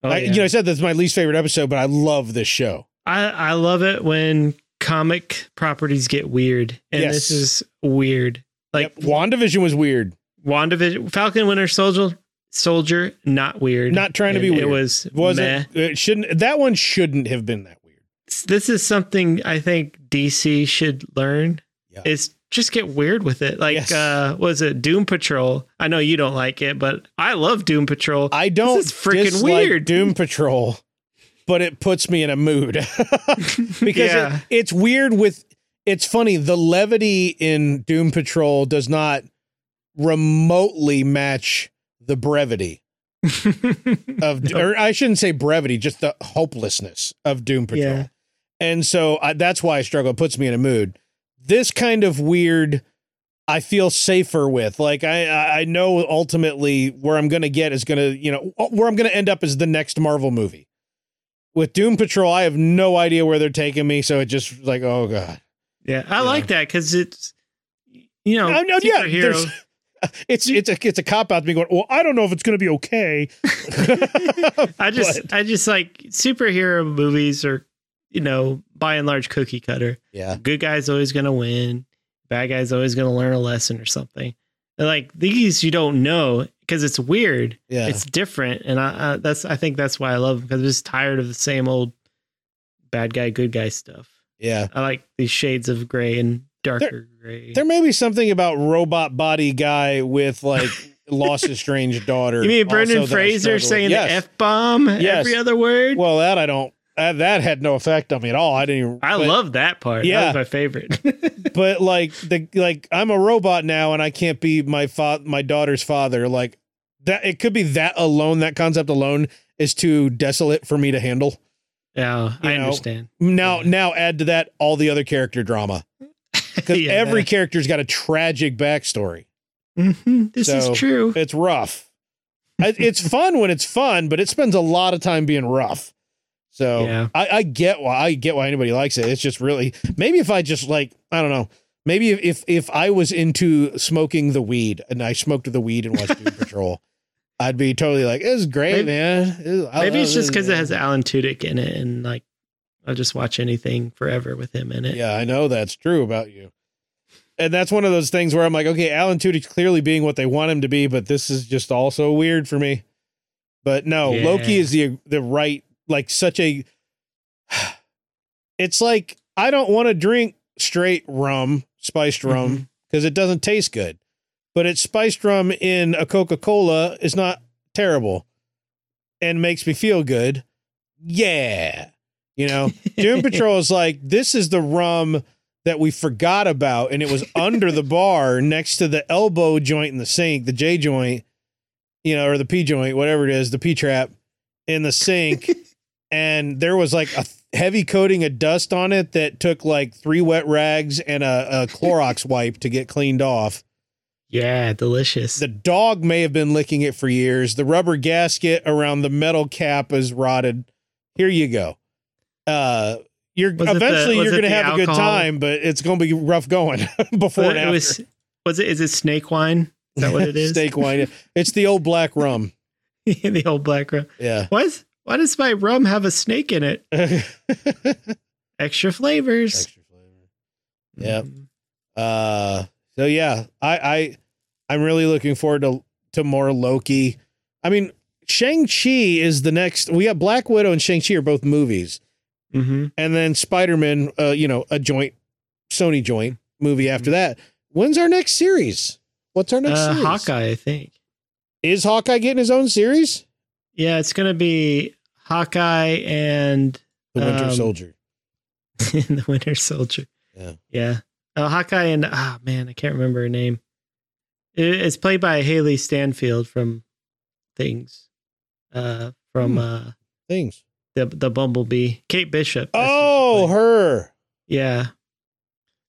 Oh,
I,
yeah.
you know i said that's my least favorite episode but i love this show
I I love it when comic properties get weird, and
Yes.
this is weird. Like
yep. WandaVision was weird.
WandaVision, Falcon Winter Soldier, Soldier, not weird.
Not trying to be
And
weird.
It was was meh.
Wasn't it shouldn't that one shouldn't have been that weird.
this is something I think DC should learn
Yeah.
is just get weird with it. Like
Yes.
uh was it Doom Patrol? I know you don't like it, but I love Doom Patrol.
I don't
is freaking
dislike
weird.
Doom Patrol, but it puts me in a mood because
Yeah.
it, it's weird with it's funny the levity in doom patrol does not remotely match the brevity of or i shouldn't say brevity just the hopelessness of doom patrol
Yeah.
and so I, that's why i struggle it puts me in a mood this kind of weird i feel safer with like i I- i know ultimately where i'm gonna get is gonna you know where i'm gonna end up is the next marvel movie with doom patrol i have no idea where they're taking me so it just like oh god
yeah, I
Yeah.
like that because it's you know
I know, yeah,
Oh, superhero.
it's it's a it's a cop out to me going well i don't know if it's gonna be okay
I just I just like superhero movies are you know by and large cookie cutter.
yeah
Good guy's always gonna win. Bad guy's always gonna learn a lesson or something. And like these, you don't know because it's weird.
yeah
It's different, and I, I that's I think that's why I love because I'm just tired of the same old bad guy good guy stuff.
yeah
I like these shades of gray and darker gray.
There may be something about robot body guy with like lost his strange daughter.
You mean
also
Brendan
that I struggle
Fraser
with.
saying
yes.
the f bomb
Yes.
every other word?
Well, that I don't. That, that had no effect on me at all. I didn't. Even,
I
but,
love that part.
Yeah.
that was my favorite.
but like the like I'm a robot now, and I can't be my fa- my daughter's father. Like that, it could be that alone. That concept alone is too desolate for me to handle.
yeah,
You
I
know,
understand.
Now,
Yeah.
now add to that all the other character drama because
Yeah.
every character's got a tragic backstory.
Mhm, this
So-
is true.
It's rough. I- it's fun when it's fun, but it spends a lot of time being rough. So
Yeah.
I, I get why I get why anybody likes it. It's just really maybe if I just like I don't know maybe if if, if I was into smoking the weed and I smoked the weed and watched Doom Patrol, I'd be totally like it's great,
Maybe-
man.
Maybe it's just because it
uh,
has Alan Tudyk in it, and like I'll just watch anything forever with him in it.
Yeah, I know that's true about you. And that's one of those things where I'm like, okay, Alan Tudyk's clearly being what they want him to be, but this is just all so weird for me. But no,
Yeah.
Loki is the the right like such a It's like I don't want to drink straight rum, spiced
Mm-hmm.
rum, because it doesn't taste good. But it's spiced rum in a Coca-Cola is not terrible and makes me feel good. Yeah. You know, Doom Patrol is like, this is the rum that we forgot about, and it was under the bar next to the elbow joint in the sink, the J joint, you know, or the P joint, whatever it is, the P trap in the sink. and there was like a heavy coating of dust on it that took like three wet rags and a, a Clorox wipe to get cleaned off.
yeah, delicious.
The dog may have been licking it for years. The rubber gasket around the metal cap is rotted. Here you go. Uh, you're
Was it the-
eventually
was
you're
it
going to
the
have a good
alcohol?
time, but it's going to be rough going before
Well,
and
it
after.
was was it is it snake wine? Is that what it is?
Steak wine. It's the old black rum.
the old black rum.
Yeah.
Why is why does my rum have a snake in it?
Extra
Extra flavors.
flavor. Yep.
Mhm.
Uh, so yeah, I, I I'm really looking forward to to more Loki. I mean, Shang Chi is the next. We got Black Widow and Shang Chi are both movies.
Mhm.
and then Spider Man, uh, you know, a joint Sony joint movie after that. When's our next series? What's our next
Uh,
series?
Hawkeye, I think.
Is Hawkeye getting his own series?
Yeah, it's gonna be Hawkeye and
The Winter
Um,
Soldier.
and the Winter Soldier.
Yeah.
Yeah. Uh, Hawkeye and ah man, I can't remember her name. It, it's played by Haley Stanfield from Things, uh, from
Hmm.
uh,
Things.
the the Bumblebee. Kate Bishop. that's who she
Oh,
played.
her.
yeah.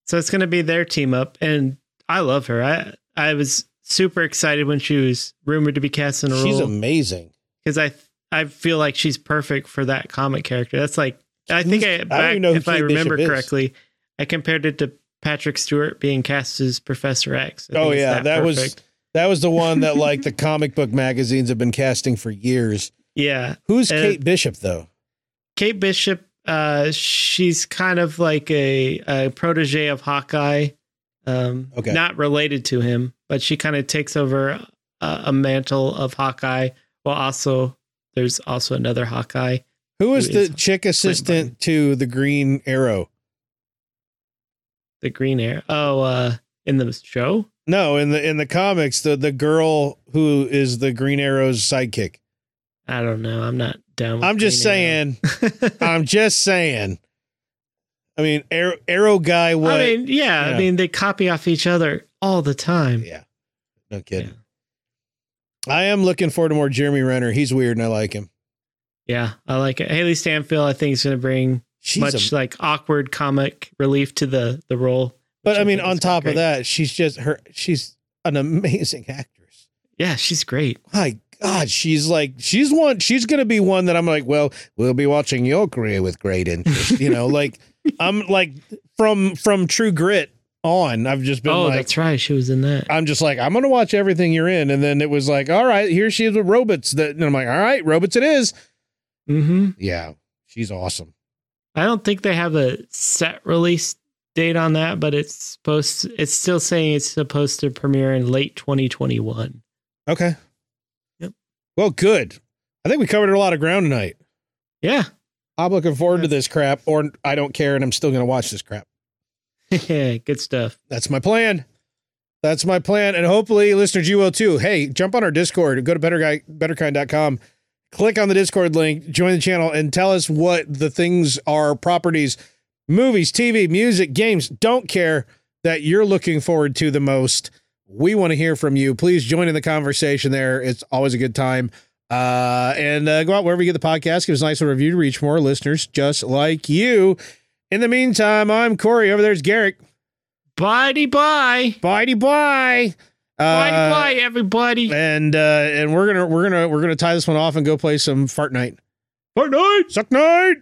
So it's gonna be their team up, and I love her. I I was super excited when she was rumored to be cast in a
She's
role
amazing.
because I I feel like she's perfect for that comic character. That's like I think I,
I don't
back,
even know who
if I
Kate Bishop
remember
is.
correctly, I compared it to Patrick Stewart being cast as Professor X. I
Oh,
think it's
yeah, that was-
perfect.
That was the one that like the comic book magazines have been casting for years.
yeah.
Who's
Uh,
Kate Bishop though?
Kate Bishop, uh, she's kind of like a, a protege of Hawkeye. Um,
Okay.
Not related to him, but she kind of takes over uh, a, a mantle of Hawkeye. Well, also, there's also another Hawkeye.
Who is
who
the
is
chick assistant to the Green Arrow?
the green air. Oh, uh, in the show?
No, in the in the comics, the the girl who is the Green Arrow's sidekick.
I don't know. I'm not down. with
I'm just
green arrow.
saying. I'm just saying. I mean, arrow, arrow guy. What?
I mean, yeah,
Yeah.
I mean, they copy off each other all the time.
yeah. No kidding. I am looking forward to more Jeremy Renner. He's weird, and I like him.
Yeah, I like it. Haley Stanfield, I think, is going to bring
She's a
much like awkward comic relief to the the role.
But
which
I mean,
think
on
is
top
great.
of that, she's just her. She's an amazing actress.
yeah, she's great.
My God, she's like she's one. She's gonna be one that I'm like, well, we'll be watching your career with great interest. You know, like I'm like from from True Grit on. I've just been
Oh,
like,
that's right, she was in that.
I'm just like, I'm gonna watch everything you're in. And then it was like, all right, here she is with robots. That and I'm like, all right, robots, it is.
hmm
Yeah, she's awesome.
I don't think they have a set release date on that, but it's supposed. it's still saying it's supposed to premiere in late 2021.
Okay.
Yep.
Well, good. I think we covered a lot of ground tonight.
Yeah,
I'm looking forward to this crap, or I don't care, and I'm still gonna watch this crap.
good stuff.
That's my plan. That's my plan. And hopefully, listeners, you will too. Hey, jump on our Discord. Go to betterguy, betterkind.com. Click on the Discord link, join the channel, and tell us what the things are properties, movies, TV, music, games, don't care that you're looking forward to the most. We want to hear from you. Please join in the conversation there. It's always a good time. Uh, and uh, go out wherever you get the podcast. Give us a nice little review to reach more listeners just like you. In the meantime, I'm Corey. Over there's Garrick.
Bye bye.
Bye bye.
Bye
Uh,
bye, everybody.
And uh, and we're gonna we're gonna we're gonna tie this one off and go play some fart night.
Fortnite.
Suck night.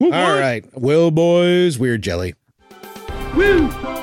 Woo,
All right. Well, boys, we're jelly.
Woo.